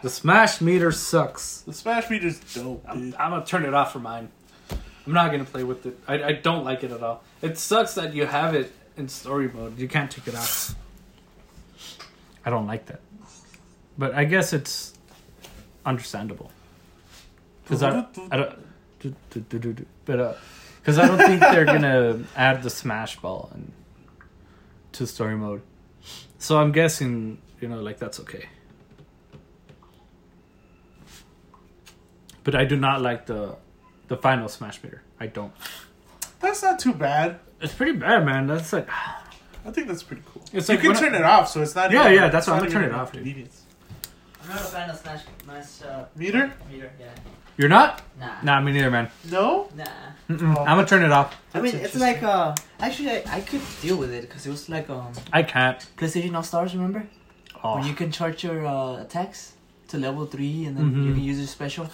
The smash meter sucks.
The smash meter's dope,
I'm,
dude.
I'm gonna turn it off for mine. I'm not gonna play with it. I, I don't like it at all. It sucks that you have it in story mode. You can't take it out. I don't like that. But I guess it's understandable. Because I, I don't. do- do- do- do- do. But, uh 'cause I don't think they're gonna <laughs> add the smash ball and, to story mode. So I'm guessing, you know, like that's okay. But I do not like the the final Smash meter. I don't.
That's not too bad.
It's pretty bad, man. That's like
I think that's pretty cool.
It's
you
like
can
when I-
turn it off, so it's not.
Yeah,
even-
yeah, that's
it's
why I'm
not
gonna turn
even
it off, dude.
inconvenience.
I'm not a fan of smash, smash uh,
Meter?
meter. Yeah.
you're not.
Nah.
Nah, me neither, man.
No,
Nah.
Mm-mm.
Oh.
I'm gonna turn it off.
I mean,
That's
it's like uh, actually, I, I could deal with it because it was like um,
I can't. Oh,
PlayStation All Stars. Remember
Oh.
when you can charge your uh, attacks to level three, and then you
Mhm.
Mm-hmm.
can use your special,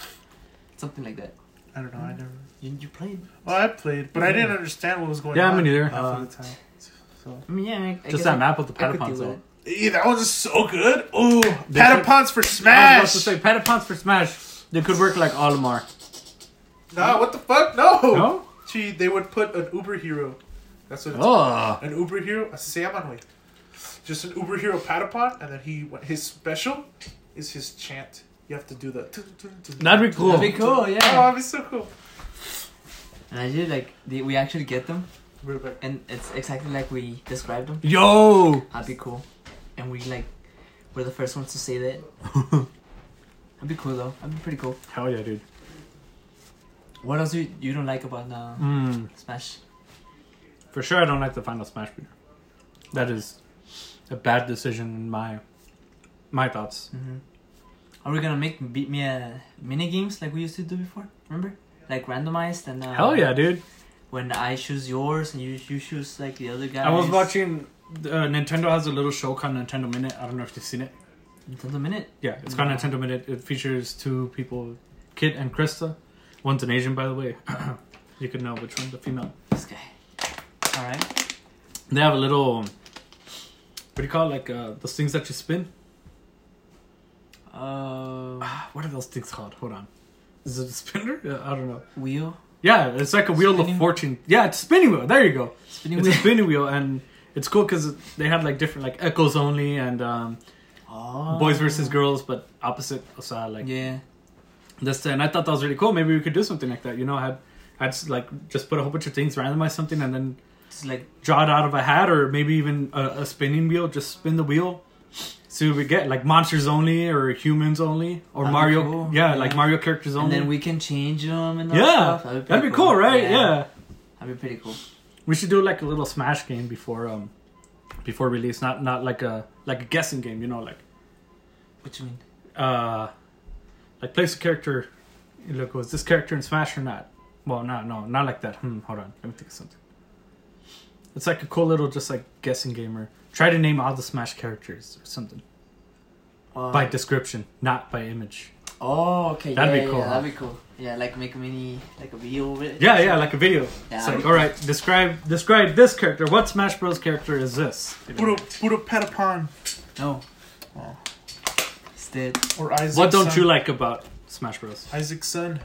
something like that.
I don't know. I never.
You, you played.
Well, I played, but I didn't understand what was going
Yeah,
on.
me neither.
Half
Uh,
of the time. So.
I mean, yeah. I, I guess
Just that
I-
map with the
I could deal
Patapons.
with
though.
it.
Yeah, that was so good. Ooh,
They
Patapons for
I was
Smash.
about to say Patapons for Smash. They could work like Olimar.
Nah, what the fuck? No.
No.
Gee, they would put an Uber hero. That's what it's
Oh.
an Uber hero. I say I'm on way. Just an Uber hero Patapon, and then he his special is his chant. You have to do the. tun, tun, tun.
That'd be cool.
That'd be cool, yeah.
Oh, that'd be so cool.
And I did like the, we actually get them,
We're back.
and it's exactly like we described them.
Yo.
That'd be cool, and we like we're the first ones to say that.
<laughs>
That'd be cool though. That'd be pretty cool.
Hell yeah, dude.
What else you you don't like about uh,
Mm.
Smash?
For sure, I don't like the final Smash meter. That is a bad decision in my my thoughts.
Mm-hmm. Are we gonna make beat me uh, mini games like we used to do before? Remember? Like randomized and. Uh,
Hell yeah, dude!
When I choose yours and you you choose like the other guy.
I was watching. Uh, Nintendo has a little show called Nintendo Minute. I don't know if you've seen it.
Nintendo Minute.
Yeah, it's called
No.
Nintendo Minute. It features two people, Kit and Krista. One's an Asian, by the way. <clears throat> you could know which one, the female.
This guy. All right.
They have a little. What do you call it? Like uh, those things that you spin?
Uh,
Ah, What are those things called? Hold on. Is it a spinner? <laughs> Yeah, I don't know.
wheel.
Yeah, it's like a wheel
Spinning-
of fortune. Yeah, it's a spinning wheel. There you go.
Spinning
it's
wheel.
a spinning wheel, and it's cool because they had like different like echoes only and um, <laughs>
Oh.
boys versus girls, but opposite. So I like
Yeah.
this, and I thought that was really cool. Maybe we could do something like that. You know, had I'd s- like just put a whole bunch of things, randomize something, and then
It's like
draw it out of a hat, or maybe even a, a spinning wheel. Just spin the wheel. See what we get, like monsters only, or humans only, or
That'd be
Mario.
cool.
Yeah, like
Yeah.
Mario characters
and
only.
then we can change them and all
Yeah,
stuff.
That'd be cool, right? yeah.
That'd be pretty cool.
We should do like a little Smash game before um before release, not not like a like a guessing game, you know, like
What you mean?
uh like place a character. You look, was this character in Smash or not? Well, no, no, not like that. Hmm, hold on, let me think of something. It's like a cool little just like guessing game or try to name all the Smash characters or something
Uh,
by description, not by image.
Oh, okay.
That'd
yeah,
be
yeah,
cool,
Yeah,
huh?
that'd be cool. Yeah, like make a mini, like a video of it.
Yeah, yeah, like a video.
Yeah,
it's
that'd
like,
be
all right, describe describe this character. What Smash Bros character is this?
Buddha, Buddha Patapon
No.
Oh.
It's dead.
or Isaac's
What don't
son.
you like about Smash Bros?
Isaac's son.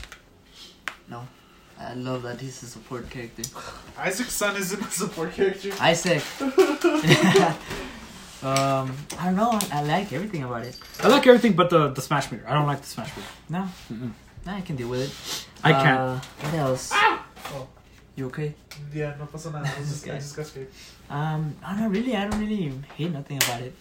I love that he's a support character.
Isaac's son isn't a support character.
Isaac. <laughs> um, I don't know. I like everything about it.
I like everything but the, the Smash Mirror. I don't like the Smash Mirror.
No,
Mm-mm.
no, I can deal with it.
I can't.
Uh, what else?
Oh.
You okay?
Yeah, no pasa nada. I, was just, I
Okay.
just got scared.
Um, I don't know, really. I don't really hate nothing about it.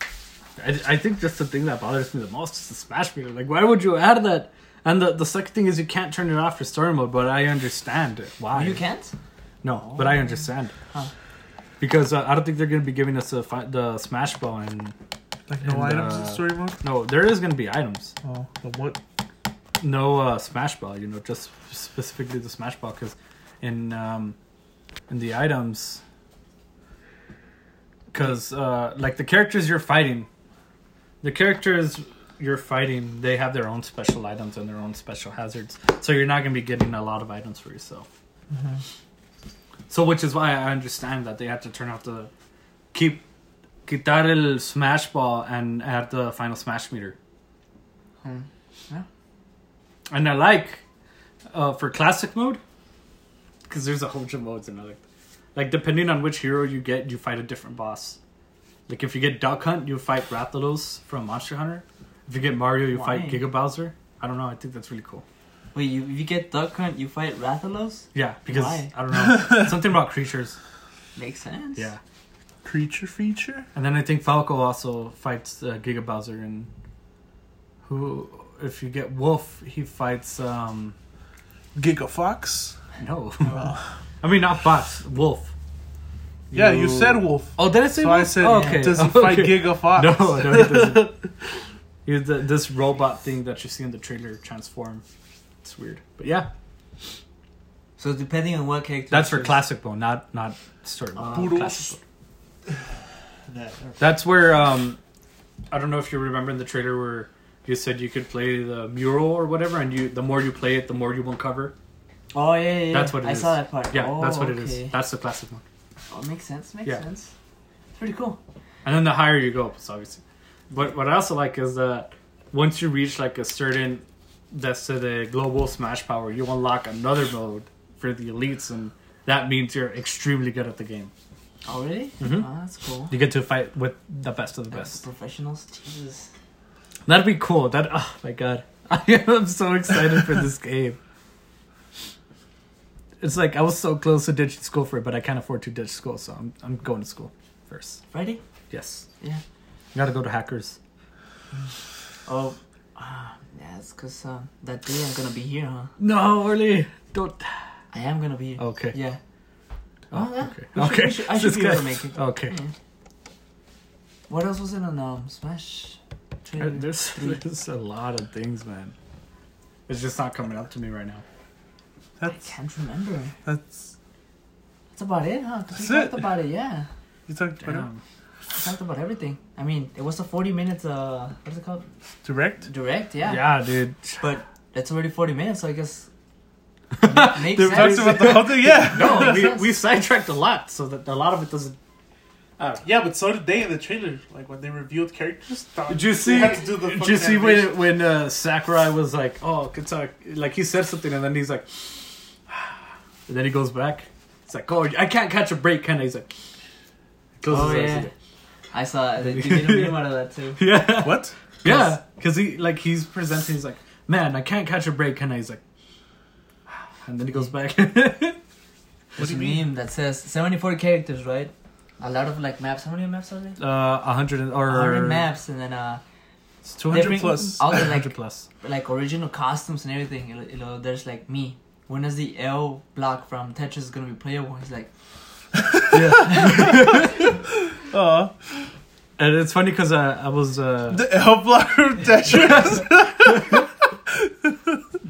I, I think just the thing that bothers me the most is the Smash Mirror. Like, why would you add that? And the, the second thing is you can't turn it off for story mode, but I understand it. Why?
You can't?
No, but I understand.
Huh.
Because uh, I don't think they're going to be giving us a fi- the Smash Ball. And
Like
no And, items in uh, story
mode.
no, there is going to be items.
Oh, but what?
No uh, Smash Ball, you know, just specifically the Smash Ball. Because in, um, in the items. Because, uh, like, the characters you're fighting, the characters you're fighting, they have their own special items and their own special hazards. So you're not going to be getting a lot of items for yourself. So, which is why I understand that they have to turn off the. Keep. Quitar el Smash Ball and add the final Smash meter.
Hmm. Yeah.
And I like. Uh, for classic mode, because there's a whole bunch of modes and I like. Like, depending on which hero you get, you fight a different boss. Like, if you get Duck Hunt, you fight Rathalos from Monster Hunter. If you get Mario, you fight
Why?
Giga Bowser. I don't know, I think that's really cool.
Wait, you if you get Duck Hunt, you fight Rathalos?
Yeah, because
Why?
I don't know.
<laughs>
something about creatures.
Makes sense.
Yeah.
Creature feature?
And then I think Falco also fights uh, Giga Bowser, and who, if you get Wolf, he fights. um
Giga Fox?
No, <laughs> I mean not Fox, Wolf.
Oh. Yeah, you said wolf.
Oh, did I say
So
Wolf?
I said,
Oh, okay.
does he
<laughs> Okay.
fight Giga Fox?
No, no, he
<laughs>
doesn't. He's the, this robot thing that you see in the trailer transform. It's weird, but yeah,
So depending on what character.
that's for
you choose-
classic mode, not not story mode.
Ah.
Classic
Poodles.
mode.
Nah,
That's where um, I don't know if you remember in the trailer where you said you could play the mural or whatever, and you the more you play it, the more you will cover.
Oh yeah, yeah. yeah.
That's what it
I
is.
saw that part.
Yeah,
oh,
that's what it
okay.
is. That's the classic one.
Oh, makes sense. Makes
Yeah.
sense. It's pretty cool.
And then the higher you go up, it's obviously. But what I also like is that once you reach like a certain, that's to the global smash power, you unlock another mode for the elites, and that means you're extremely good at the game.
Oh really?
Mhm.
Oh, that's cool.
You get to fight with the best of the
Like the
best.
professionals, Jesus.
That'd be cool. That oh my god, <laughs> I am so excited for
<laughs>
this game. It's like I was so close to ditching school for it, but I can't afford to ditch school, so I'm I'm going to school first.
Friday?
Yes,
Yeah.
gotta go to hackers.
Oh. Uh, yeah, it's cause uh, that day I'm gonna be here, huh?
No, Orly, don't.
I am gonna be here.
Okay.
Yeah.
Oh,
Oh, yeah.
okay.
We should-
okay.
we should- I should
This
be able
guy-
to make it.
Okay.
Yeah. What else was in on um, Smash?
Uh, There- There's, there's a lot of things, man. It's just not coming up to me right now.
I
That's
can't remember.
that's
That's about it, huh? 'Cause
That's
we talked
it.
about it, yeah.
you talked
uh,
about it?
Damn.
We talked about everything. I mean, it was a 40 minutes, uh, what's it called?
direct.
Direct, yeah.
Yeah, dude.
But that's already 40 minutes, so I
<laughs>
guess. makes
Dude,
Talked
sense.
about the whole thing. Yeah.
No, we,
<laughs>
we sidetracked a lot, so that a lot of it doesn't. uh,
Yeah, but so did they in the trailer. Like when they revealed characters. dog,
Did you
they
see?
had to do the
Did you
fucking
see
animation.
when when uh, Sakurai was like, "Oh, Katsuki," like he said something, and then he's like, <sighs> and then he goes back. It's like, "Oh, I can't catch a break," kind of. He's like, closes
Oh,
his eyes.
yeah. I saw they they did a meme out of that
<laughs>
too.
Yeah.
What?
Yeah, because he like he's presenting. He's like, "Man, I can't catch a break," kind of. He's like, <sighs> and then he
Hmm.
goes back.
There's a meme that says 74 characters, right? A lot of like maps. How many maps are there?
uh, a hundred or
Er,
100 maps, and then uh,
It's two hundred
Different-
plus.
all the, like-
100 plus.
like original costumes and everything. You know, you know, there's like me. When is the L block from Tetris gonna be playable? He's like,
Aw.
And it's funny because uh, I was uh,
The L block from Tetris.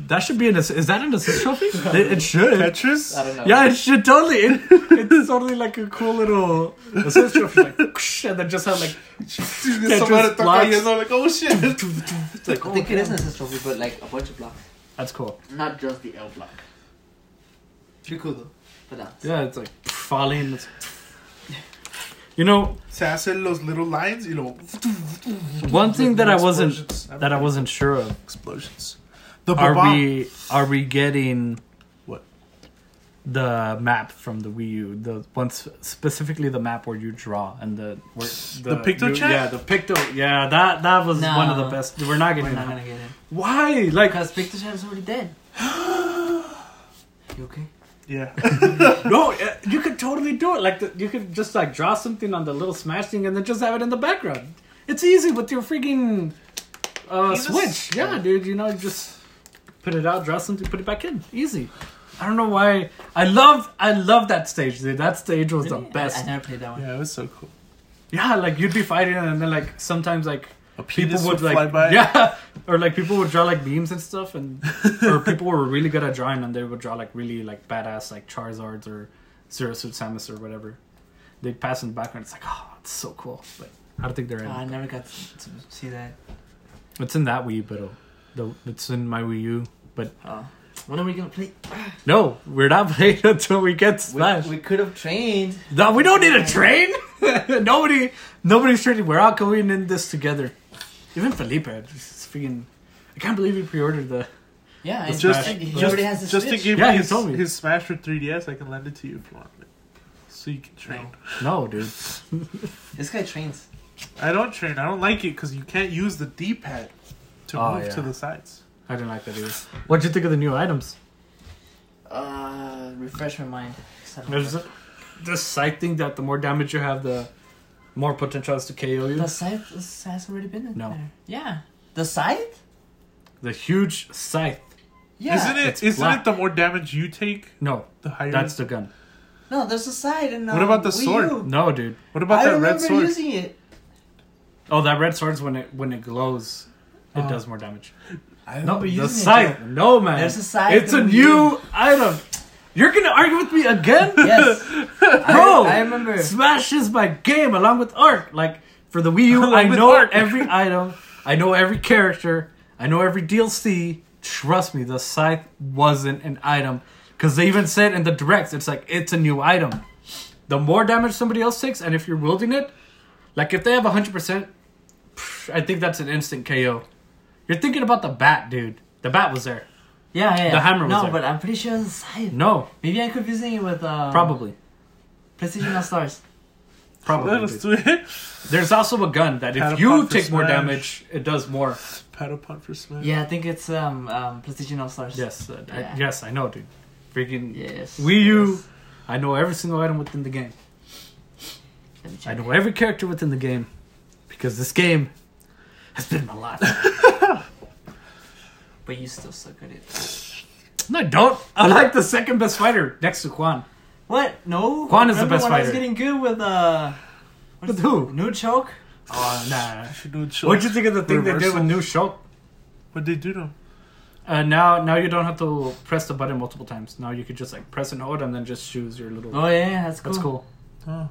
that should be an ass- is that an assist trophy? it, it should.
I
Tetris? <laughs>
don't know.
Yeah, it should totally. It, it's totally like a cool little assist trophy, like, and then just have like
Tetris
Tetris blocks.
I'm like, oh shit.
it's
Oh,
like
I think it is an assist trophy, but like a bunch of blocks,
that's cool.
not just the L block. Pretty cool though. But that's
Yeah, it's like falling. It's, you know,
Se hacen los little lines, you know.
one thing that I wasn't
Explosions.
that I wasn't sure of.
Explosions. The
Are
bomb.
we are we getting
What?
The map from the Wii U, the one s- specifically the map where you draw and the where,
The picto
you-
chat?
Yeah, the picto. Yeah, that that was
No.
one of the best. We're not
we're
getting.
not
that.
gonna get it
Why? Like
because Victor Chan is already
<gasps>
dead. you okay?
Yeah. <laughs>
no, uh, you could totally do it. Like the, you could just like draw something on the little smash thing and then just have it in the background. It's easy with your freaking uh,
You just-
switch. Yeah, dude. You know, just put it out, draw something, put it back in. Easy. I don't know why. I love, I love that stage, dude. That stage was
Really?
the
I-
best.
I, never played that one.
Yeah, it was so cool.
yeah, like you'd be fighting and then like sometimes like
A
people would like
fly by.
yeah <laughs> or like people would draw like beams and stuff and <laughs> or people were really good at drawing and they would draw like really like badass like charizards or zero suit samus or whatever they'd pass in the background it's like oh it's so cool but i don't think they're in
Oh, I never got to to see that.
it's in that wii but oh, the, it's in my wii u
Oh. When are we gonna play?
no we're not playing <laughs> until we get smash
We, we could have trained.
no we don't need a train <laughs> nobody nobody's training we're all going in this together even felipe it's freaking i can't believe he pre-ordered the
Yeah,
It's
and
just-
and he
Just,
already has his
just to
Switch.
give
Yeah,
you
he
his,
told me.
his Smash for 3DS, I can lend it to you if you want. it. So you can train.
no dude
This guy trains.
I don't train. I don't like it because you can't use the D pad to
Oh,
move
yeah.
to the sides.
I didn't like that either. What'd you think of the new items?
Uh, refresh my mind. 'cause I don't
There's
know.
this side thing that the more damage you have, the more potential is to KO you.
The scythe the scythe's already been in
No.
there. Yeah. The scythe?
The huge scythe.
Yeah.
isn't
it's
it? Isn't
black.
it the more damage you take,
No,
the higher?
that's the gun.
No, there's a scythe and um,
What about the sword?
No, dude.
what about
I
that
remember
red sword? <laughs>
using it.
Oh, that red sword's when it when it glows, it
Oh.
does more damage.
I
No,
using
the
it,
scythe. No, man.
There's a scythe
It's a
in the
new item. You're gonna argue with me
<laughs>
again? <laughs>
Yes.
Bro.
I, I remember.
Smash is my game along with art. Like for the Wii U, I
Along with
know
Ark.
every
<laughs>
item, I know every character, I know every DLC. Trust me, the scythe wasn't an item because they even said in the directs, it's like it's a new item. The more damage somebody else takes, and if you're wielding it, like if they have hundred percent, I think that's an instant KO. You're thinking about the bat, dude. The bat was there.
Yeah, yeah.
The hammer was
No,
there.
but I'm pretty sure it's a scythe.
No,
Maybe I'm confusing it with uh
probably,
PlayStation All Stars.
probably.
Let's
dude.
do it.
There's also a gun that if
Catapult
you
for
take more
Smash.
damage, it does more.
<laughs> Paddle punt for Smash.
Yeah, I think it's um um PlayStation All Stars.
Yes, uh, I-
Yeah.
yes, I know, dude. Freaking
Yes.
Wii U.
Yes.
I know every single item within the game.
Let me
I
check.
know every character within the game because this game has been my <laughs> life.
But you still suck at it.
no, I don't. I like the second best fighter next to Quan.
What? No.
Juan is the
Remember
best
when I was
fighter.
getting good with uh
With who?
New Choke?
Oh, nah.
should do it. Show.
What'd you think of the thing they did with
Reversal.
New Shock?
What'd they do to him?
Uh, now, now you don't have to press the button multiple times. Now you could just like press and hold, and then just choose your little.
Oh yeah, that's cool.
That's cool.
Oh.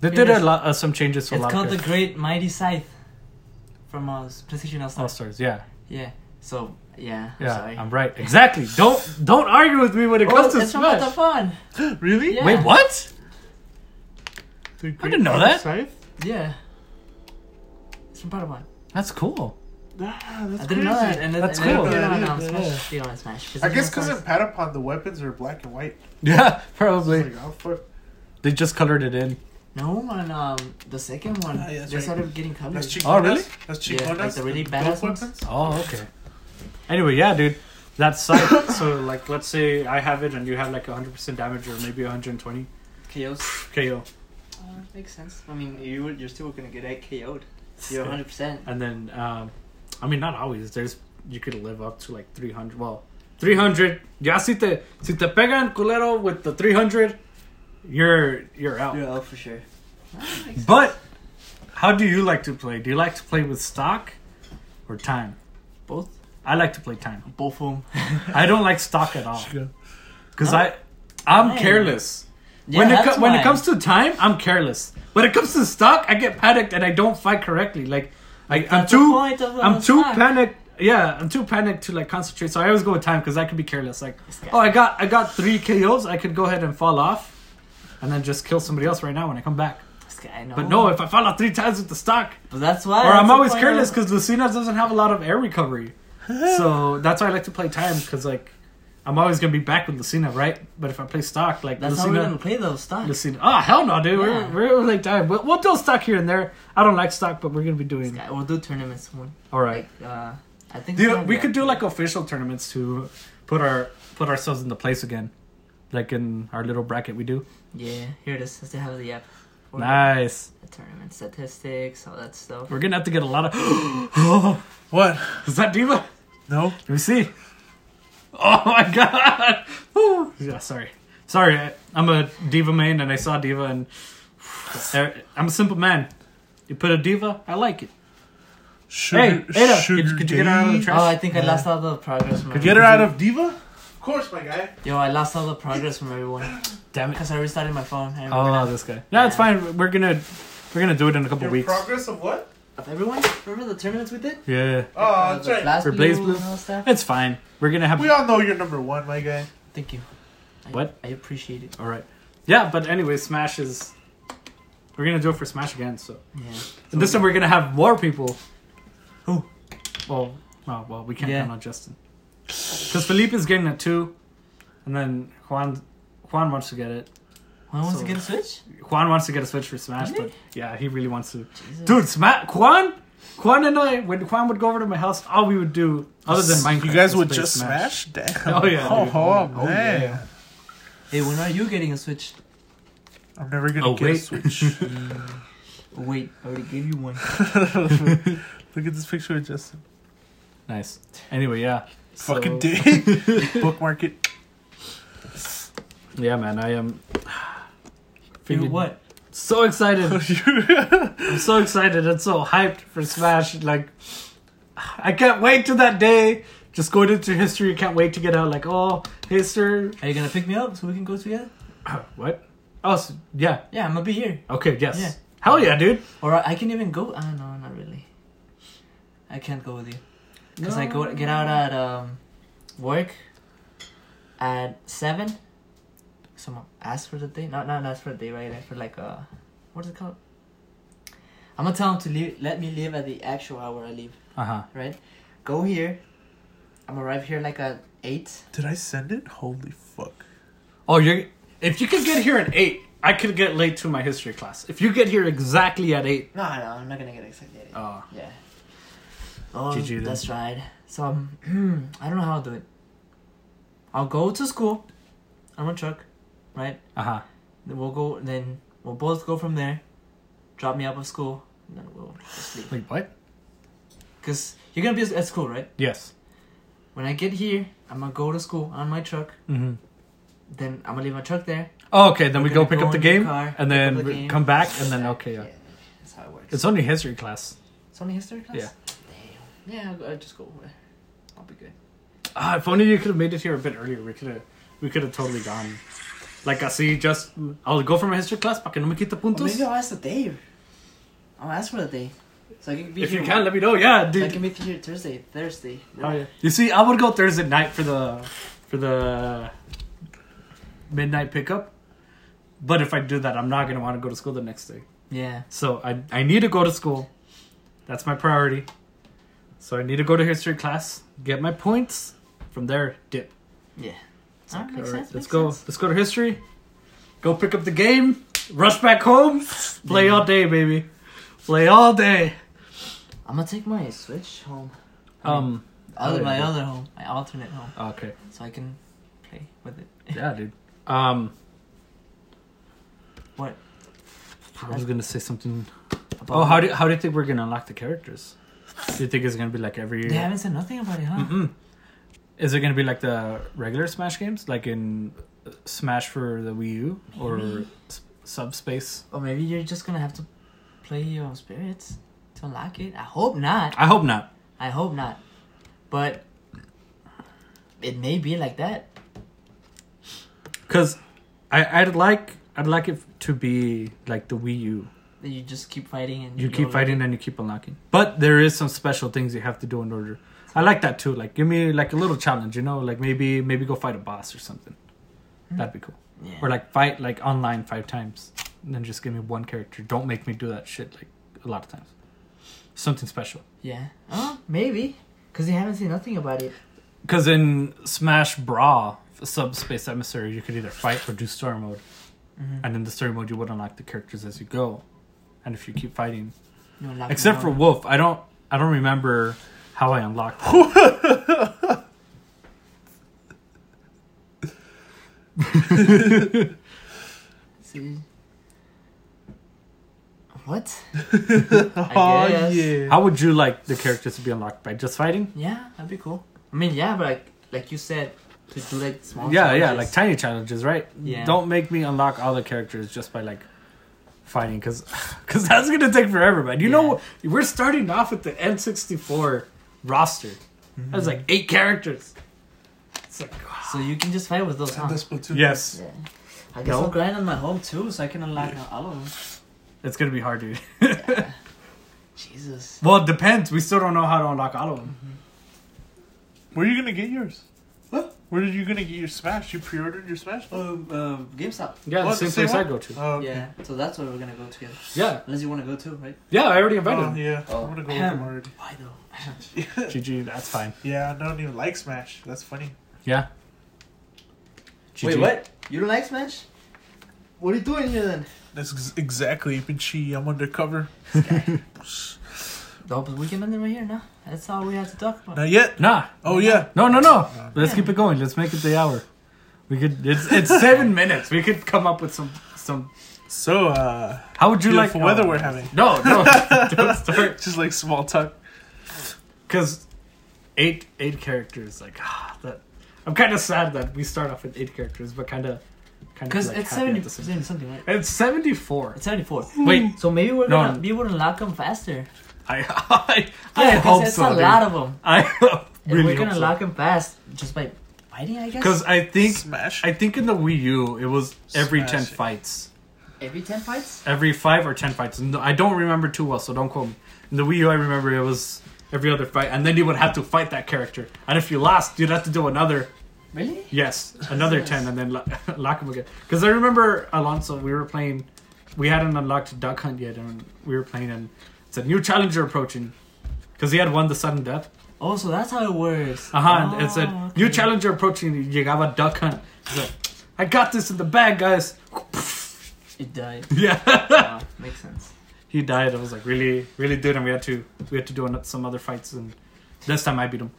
They
It
did a
is-
lot, uh, some changes to a
It's
lot
called
of
the
characters.
Great Mighty Scythe from uh, PlayStation All
All
Stars.
stars. Yeah,
Yeah. So yeah. I'm
yeah,
sorry.
I'm right. Exactly. Don't don't argue with me when it
Oh,
comes to
it's from
Smash.
the fun.
Really?
Yeah.
Wait, what?
The Great
didn't know that.
Scythe?
Yeah. It's from Padawan.
That's cool. <laughs>
Nah, that's
I didn't know that.
crazy.
And then-
That's
and then
cool.
they don't
Yeah,
announce
yeah.
um, Smash. They don't announce Smash.
I guess because in Patapon the weapons are black and white.
Yeah,
It's
probably.
like, oh, fuck.
They just colored it in.
No, on um the second one,
Ah, yeah, that's
they
right.
started getting colors.
That's Chiconas.
Oh, really?
That's Chiconas.
Yeah, like the really
Those
badass ones?
weapons?
Oh, okay. Anyway, yeah, dude. That site. so, like, let's say I have it and you have like 100% damage or maybe 120
KOs.
KO,
Uh, makes sense. I mean, you you're still gonna get eight KO'd. You're 100. percent
and then, um, I mean, not always. There's you could live up to like 300. Well, 300. Ya si te si te pegan culero with the 300, you're you're out.
You're out for sure.
But how do you like to play? Do you like to play with stock or time?
Both.
I like to play time.
Both of them.
I don't like stock at all
Chico.
because I I'm
Nice.
careless. when it co- when it comes to time, I'm careless. When it comes to stock, I get panicked and I don't fight correctly. Like I, I'm too
um,
I'm too panicked. Yeah, I'm too panicked to like concentrate. So I always go with time because I can be careless. Like oh, I got I got three KOs. I could go ahead and fall off, and then just kill somebody else right now when I come back. But
Oh.
no, if I fall off three times with the stock,
But that's why.
or
that's
I'm
the
always
point
careless
of-
because Lucina doesn't have a lot of air recovery.
<laughs>
so that's why I like to play time because like I'm always gonna be back with Lucina, right? But if I play stock, like
That's how
Lucina.
we're gonna play those stocks.
Lucina. Oh, hell no, dude.
Yeah.
We're, we're like dying. We'll, we'll do stock here and there. I don't like stock, but we're going to be doing.
Yeah, we'll do tournaments one.
All right.
Like, uh, I think
Dude,
some-
we could do like official tournaments to put our put ourselves into place again. Like in our little bracket we do.
Yeah, here it is. I still have the app. For
Nice.
The tournament statistics, all that stuff.
We're going to have to get a lot of. oh,
What?
<gasps> is that Diva?
No.
Let me see. Oh my god. Woo. Yeah, sorry. Sorry, I, I'm a diva main and I saw diva and <sighs> er, I'm a simple man. You put a diva, I like it. Hey,
Sugar,
Ada,
sugar
could, could you get her out of the
daddy.
trash?
Oh, I think I lost all the progress from
Get her
everyone.
out of Diva? Of course, my guy.
Yo, I lost all the progress from everyone
Damn it.
because I restarted my phone. I remember
Oh,
that.
this guy. No, it's
Yeah.
fine. We're gonna we're gonna do it in a couple
Your
weeks.
progress of what?
Of everyone, remember the tournaments we did?
yeah,
Oh,
Uh,
that's
the
right.
Blast
For Blaze Blue.
and all that stuff.
it's fine. We're gonna have
We all know you're number one, my guy.
Thank you. I,
What?
I appreciate it.
all right. Yeah, but anyway, Smash is we're gonna do it for Smash again. So
Yeah.
and this time we're gonna have more people.
Who?
Well, oh, well, we can't
Yeah.
count on Justin because Felipe is getting it too, and then Juan Juan wants to get it.
Juan wants
So-
to get a Switch?
Juan wants to get a switch for Smash,
Really?
but yeah, he really wants to.
Jesus.
Dude, Smash Juan. Juan and I, when Juan would go over to my house, all we would do, other than Minecraft,
You guys
was
would
play
just smash? Damn.
<laughs> Oh, yeah,
Oh,
dude.
oh,
Oh,
man.
yeah.
Hey, when are you getting a
<laughs>
Switch?
I'm never gonna
Oh,
get a
wait. <laughs>
Switch. <laughs>
Oh, wait, I already gave you one.
Look at this picture of Justin.
Nice. Anyway, yeah. <laughs>
Fucking
So-
dick. Bookmark
<laughs>
it. <laughs>
Yeah, man. I am.
You
Figured-
what?
So
<laughs>
excited. I'm so excited and so hyped for Smash. Like, I can't wait to that day. Just going into history. Can't wait to get out. Like, oh, hey, sir.
Are you gonna pick me up so we can go together?
<coughs> what? Oh, so- yeah.
Yeah, I'm gonna be here.
Okay, yes.
Yeah.
Hell yeah, dude.
Or I I can even go. Ah, no, not really. I can't go with you because I go get out at um, work at seven. Someone asked for the day. Not not ask for the day, right? Ask For like uh, what is it called? I'm gonna tell him to leave. Let me leave at the actual hour I leave.
Uh huh.
Right? Go here. I'm gonna arrive here like at eight.
Did I send it? Holy fuck.
Oh, you're. If you could get here at eight, I could get late to my history class. If you get here exactly at eight.
No, no, I'm not gonna get excited.
Oh.
Yeah. Oh,
GG then.
that's right. So um, <clears throat> I don't know how I'll do it. I'll go to school. I'm a truck, right?
Uh huh.
Then we'll go. Then we'll both go from there. Drop me up of school. And then we'll just leave.
Wait, what?
Cause you're gonna be at school, right?
Yes.
When I get here, I'm gonna go to school on my truck.
Mm-hmm.
Then I'm gonna leave my truck there.
Oh, okay, then we
We're
go
gonna
pick
go
up the
in the
game
car, pick
and
up
then
the
we
game.
come back and then okay, yeah.
Yeah. That's how it works.
It's only history class.
It's only history class. Damn. Yeah, I'll, go- I'll just go over. there. I'll be good.
Ah, if only you could have made it here a bit earlier. We could have, we could have totally gone. Like I see, just I'll go for my history class. Para que no me quite
Or
puntos.
maybe I'll ask the day. I'll ask for the day. So I can be
if
here,
you can, let me know. Yeah,
I
dude.
can be here Thursday, Thursday.
Oh, yeah. You see, I would go Thursday night for the for the midnight pickup. But if I do that, I'm not gonna want to go to school the next day.
Yeah.
So I I need to go to school. That's my priority. So I need to go to history class, get my points. From there, dip.
Yeah.
It's like,
makes
all right,
sense,
let's
makes
go.
sense.
Let's go to history. Go pick up the game. Rush back home. Play all day, baby. Play all day.
I'm gonna take my Switch home.
Um.
Other,
Oh, yeah.
my other home, my alternate home,
Okay.
so I can play with it.
Yeah, dude. Um.
What?
I was gonna say something.
About
Oh, how do how do you think we're gonna unlock the characters? Do you think it's gonna be like every?
They haven't said nothing about it, huh?
Mm-mm. Mm-hmm. Is it gonna be like the regular Smash games, like in uh, Smash for the Wii U or
Maybe.
S- Subspace?
Or maybe you're just gonna have to play your own spirits to unlock it. I hope not.
I hope not.
I hope not. But it may be like that.
Cause I I'd like I'd like it to be like the Wii U.
That you just keep fighting and
You
go
keep
like-
fighting and you keep unlocking. But there is some special things you have to do in order. I like that too. Like give me like a little challenge, you know, like maybe maybe go fight a boss or something. That'd be cool.
Yeah.
Or like fight like online five times. And then just give me one character. Don't make me do that shit like a lot of times. Something special.
yeah. Oh, maybe. Because they haven't said nothing about it.
Cause in Smash Bra Subspace Emissary you could either fight or do story mode.
Mm-hmm.
And in the story mode you would unlock the characters as you go. And if you keep fighting
You unlock
Except for
more.
Wolf, I don't I don't remember how I unlocked him.
See. What?
<laughs> Oh
I guess.
yeah.
How would you like the characters to be unlocked by just fighting?
Yeah, that'd be cool. I mean, yeah, but like, like you said, to do like small.
yeah, yeah, like
challenges.
tiny challenges, right?
Yeah.
Don't make me unlock all the characters just by like fighting <laughs> cuz cuz that's going to take forever, man. You know we're starting off with the N64 roster. That's like eight characters. It's like ah.
So you can just fight with those. Huh?
And this platoon.
Yes.
Yeah. I guess I'll grind on my home too, so I can unlock all of them.
It's going to be hard, dude. <laughs>
Jesus.
Well, it depends. We still don't know how to unlock all of them.
Where are you gonna get yours? What? Where are you gonna get your Smash? You pre-ordered your
Oh,
Smash?
Um, um, GameStop.
Yeah,
Well,
the same
the same
place I
one?
go to.
Um,
Yeah, so that's where we're gonna go together.
Yeah.
Unless you wanna go too, right?
Yeah, I already invited
Oh,
him.
yeah.
Oh.
I'm gonna go with them already.
Why <laughs> though?
GG, that's fine.
Yeah, I don't even like Smash. That's funny.
Yeah.
Wait, what? You don't like Smash? What are you doing here then?
That's ex- exactly Pinchy. I'm undercover.
No, Oh, but we can end it right here now. That's all we have to talk about.
Not yet.
Nah.
Oh yeah.
No, no, no. Let's keep it going. Let's make it the hour. We could. It's it's <laughs> seven minutes. We could come up with some some.
So uh,
How would you
beautiful
like
weather
oh,
we're having.
No, <laughs> no. Don't start.
Just like small talk.
Because eight eight characters. Like ah, that. I'm kind of sad that we start off with eight characters, but kind of kind of.
Because
like
it's
happy at
70
the same-
something, right?
It's seventy four.
It's 74.
Wait,
So maybe we're
No,
gonna
I'm-
be able to lock them faster.
I I, I
Yeah, <laughs> 'cause
hope
it's
so.
a
dude.
lot of them.
I <laughs>
And
really
we're gonna
hope
lock them fast just by fighting, I guess.
Because I think
Smash.
I think in the Wii U it was every ten
Smash it.
fights.
every 10 fights?
every five or ten fights. No, I don't remember too well, so don't quote me. In the Wii U, I remember it was every other fight, and then you would have to fight that character. And if you lost, you'd have to do another
Really?
yes, another ten, and then lo- <laughs> lock him again. Because I remember Alonso, we were playing, we hadn't unlocked Duck Hunt yet, and we were playing, and it's a new challenger approaching. Because he had won the sudden death.
Oh, so that's how it works.
Uh huh. and it said,
Oh,
new
okay.
challenger approaching, Llegaba Duck Hunt. He's like, I got this in the bag, guys. <laughs>
It died.
Yeah.
Wow, makes sense.
he died. I was like, really, really, dude. And we had to, we had to do an- some other fights, and this time I beat him.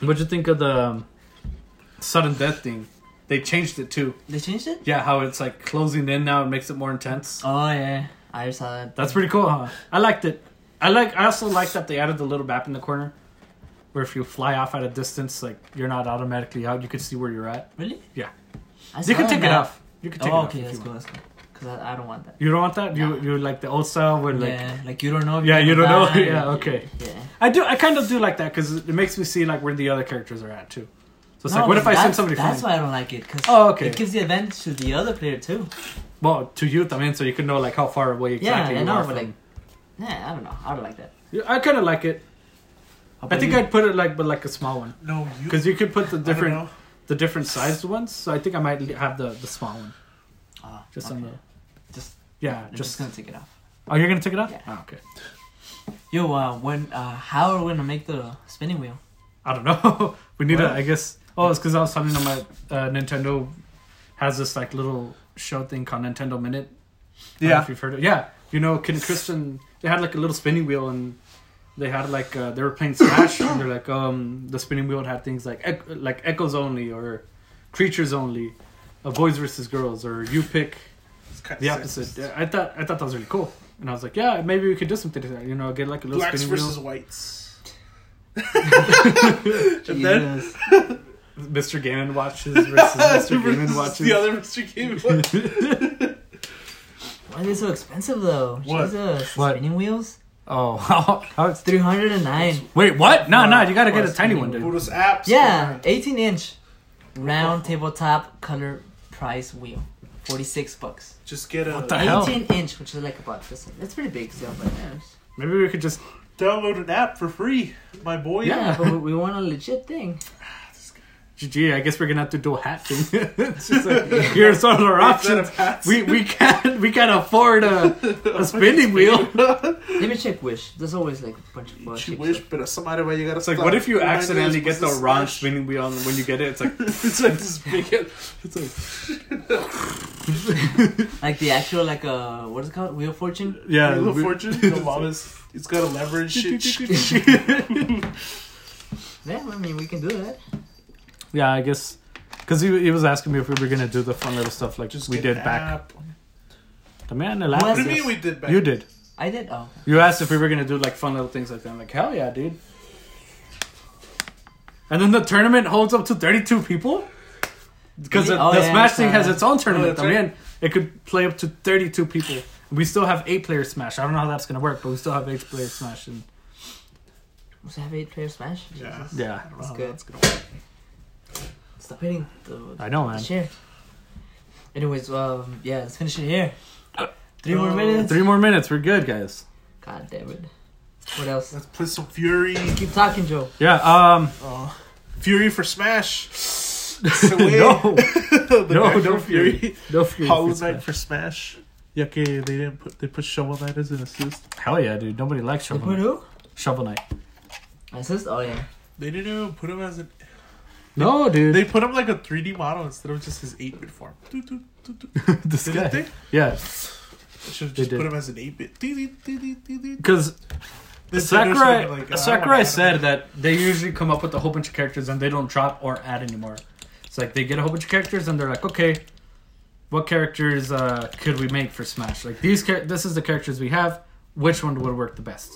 What'd you think of the um, sudden death thing? They changed it too.
They changed it?
Yeah, how it's like closing in now. It makes it more intense.
Oh, yeah. I saw that.
That's pretty cool, huh? I liked it. I like. I also like that they added the little map in the corner, where if you fly off at a distance, like you're not automatically out. You could see where you're at.
Really?
Yeah.
I
You
saw
can take
that.
it off. You can take
oh,
it off.
okay,
if
that's
you
cool.
want.
That's cool. 'Cause Cause I, I don't want that.
You don't want that? You
Nah.
you like the old style where like
yeah, like you don't know. if
Yeah,
you're
you don't
gonna
know. <laughs>
die.
Yeah, okay.
Yeah.
I do. I kind of do like that because it makes me see like where the other characters are at too. So it's
No,
like, what if I send
that's-
somebody
That's
flying?
why I don't like it. Cause
Oh, okay.
It gives the advantage to the other player too.
Well, to you, I mean, so you can know like how far away exactly
yeah, I
you
know,
are
but like,
from.
yeah, I don't know. I don't like that.
Yeah, I kind of like it.
How
I
about
think
you?
I'd put it like, but like a small one
No, you.
because you could put the
I don't
different
know.
the different sized ones. So I think I might li- have the the small one.
Ah,
Just
okay.
on the
Just-
yeah,
I'm just
just
gonna take it off.
oh, you're gonna take it off?
Yeah.
Oh, okay.
Yo, uh, when uh, how are we gonna make the spinning wheel?
I don't know. <laughs> we need
What?
a. I guess. Oh, it's because I was talking to my uh, Nintendo has this like little show thing called Nintendo Minute. I don't know
Yeah.
if you've heard of yeah you know Ken Christian they had like a little spinning wheel and they had like uh, they were playing Smash and they're like um the spinning wheel had things like ec- like echoes only or creatures only, uh, boys versus girls or you pick
It's kinda
the
sick.
opposite. Yeah, I thought I thought that was really cool and I was like yeah maybe we could do something to that you know get like a little
Blacks
spinning
versus
wheel.
whites. and then
Jesus.
Mr. Gammon watches
<laughs>
versus Mr. Gammon
versus
watches.
the other Mr.
<laughs>
Game watches.
Why are they so expensive though?
What?
Jesus.
What?
Spinning wheels?
Oh, <laughs> how it's-
Three hundred and nine.
wait what? No, no, you gotta
Well,
get a tiny
spinning
one, dude.
Buddha's apps.
Yeah, eighteen inch, round tabletop color price wheel, forty six bucks.
Just get a
What the hell?
Eighteen inch, which is like about this. That's pretty big still, but yeah. it's-
Maybe we could just
download an app for free, my boy.
Yeah, but we, we want a legit thing.
GG, I guess we're gonna have to do a hat thing. <laughs> it's
<laughs>
just like, here's all our options. <laughs> We we can't we can't afford a, a spinning wheel.
Let me check Wish. There's always like a bunch of uh,
She
cheap
wish,
stuff.
pero esa madre va a
<laughs>
llegar
It's like what if you accidentally get the
<laughs>
wrong spinning wheel and when you get it it's like
it's like this big. It's like
Like the actual like uh what is it called? Wheel of Fortune.
<laughs> yeah
Wheel of
we- <laughs>
Fortune. The longest. It's got a lever and shit.
Yeah, I mean we can do that.
<laughs> yeah I guess because he, he was asking me if we were gonna do the fun little stuff like
Just
we
get
did
an
back
app.
the man the
What
last
What do you
Yes.
mean we did back?
you did
I did. Oh,
you asked if we were gonna do like fun little things like that I'm like hell yeah dude and then the tournament holds up to 32 people because
Really?
the,
Oh,
the
yeah,
Smash
I
thing
saw
has
that.
its own
Oh,
tournament.
that's
I
right.
mean, it could play up to thirty-two people. We still have eight-player Smash. I don't know how that's gonna work, but we still have eight-player Smash. And
must I have eight player Smash?
Yeah.
Jesus.
yeah,
I don't
Oh,
know
That's
how
good.
that's gonna work.
Stop hitting the
I know, man.
Sure. Anyways, um, yeah, let's finish it here. Three more minutes.
Three more minutes. We're good, guys.
God damn it. What else?
Let's play some Fury.
Keep talking, Joe.
Yeah. Um.
Oh. Fury for Smash. <laughs>
<laughs> no.
no,
No. No fury. No fury. for
Hollow Knight
Smash.
for Smash. Yeah, okay, they didn't put they put Shovel Knight as an assist.
Hell yeah, dude. Nobody likes
They
Shovel
put
Knight.
who?
Shovel Knight.
Assist? Oh yeah.
They didn't even put him as an.
No, dude.
They put him like a 3D model instead of just his 8 bit form. Doot, doot, doot, doot.
<laughs> this
Didn't
guy.
they?
Yeah.
Should have
They
just
did.
put him as an 8 bit.
Because Sakurai, Sakurai said that they usually come up with a whole bunch of characters and they don't drop or add anymore. It's like they get a whole bunch of characters and they're like, okay, what characters uh, could we make for Smash? Like these, char- this is the characters we have. Which one would work the best?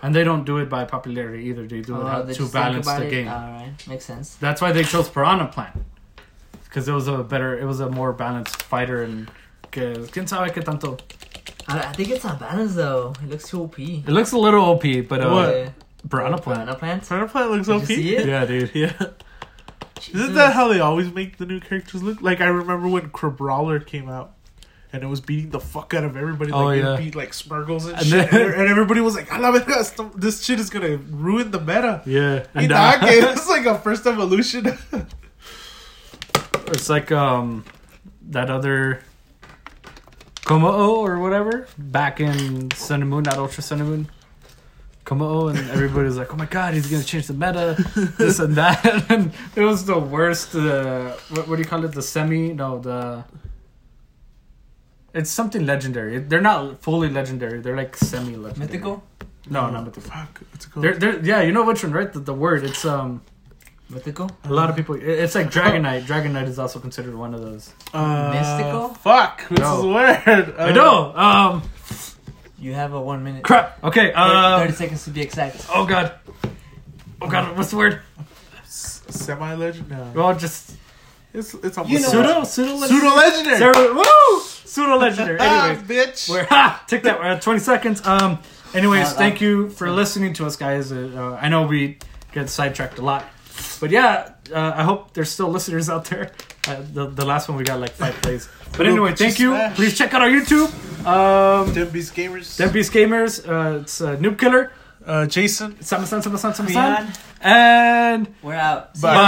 And they don't do it by popularity either. They do it
Oh,
how-
they
to
just think
balance
about
the
it. Uh.
game.
All right, makes sense.
That's why they chose Piranha Plant because it was a better, it was a more balanced fighter and. que- ¿Quién sabe qué tanto?
I, I think it's not balanced though. It looks too OP.
It looks a little OP, but uh,
Yeah.
Piranha Plant.
Piranha plant.
Final Fight looks
Did you
OP.
see it?
Yeah, dude.
Yeah.
Jesus.
<laughs> Isn't that how they always make the new characters look? Like, I remember when Crabrawler came out. And it was beating the fuck out of everybody. Like,
Oh,
it
yeah.
beat like Smurgles and,
And
shit.
then-
and, and everybody was like, I love it. <laughs> This shit is gonna ruin the meta.
Yeah. And,
And Inake,
uh,
it's like a first evolution.
<laughs>
<laughs>
It's like um that other Komo or whatever back in Sun and Moon, not Ultra Sun and Moon. Komo and everybody was like, "Oh my god, he's gonna change the meta, this and that." <laughs> and it was the worst. Uh, what, what do you call it? The semi? No, the. It's something legendary. They're not fully legendary. They're like semi legendary.
mythical?
No, not mythical.
Fuck, what's it called?
They're, they're, yeah, you know which one, right? The, the word. It's um
Mythical?
a lot of people. it- It's like Dragonite. Dragonite is also considered one of those.
Uh,
Mystical?
Fuck, this
No.
is weird. Uh,
I know. Um,
You have a one minute.
crap. Okay.
thir-
Um,
Thirty seconds to be exact.
oh god. Oh god. What's the word?
Semi legend? No.
Well, just
It's, it's almost
You
pseudo.
know-
Pseudo.
Pseudo legendary.
Pseudo. Woo! pseudo legendary.
ah,
Anyways,
bitch.
we're ha, take that. We're at twenty seconds. Um. Anyways,
Uh,
thank you for listening to us, guys. Uh, uh, I know we get sidetracked a lot, but yeah, uh, I hope there's still listeners out there. Uh, the, the last one we got like five plays. But anyway, thank you.
Smash.
Please check out our YouTube. Um,
Denby's gamers.
Dead Beast Gamers. Uh, it's uh, Noob Killer.
uh, Jason.
Sama san sama san sama san.
Mian,
And
we're out.
Bye.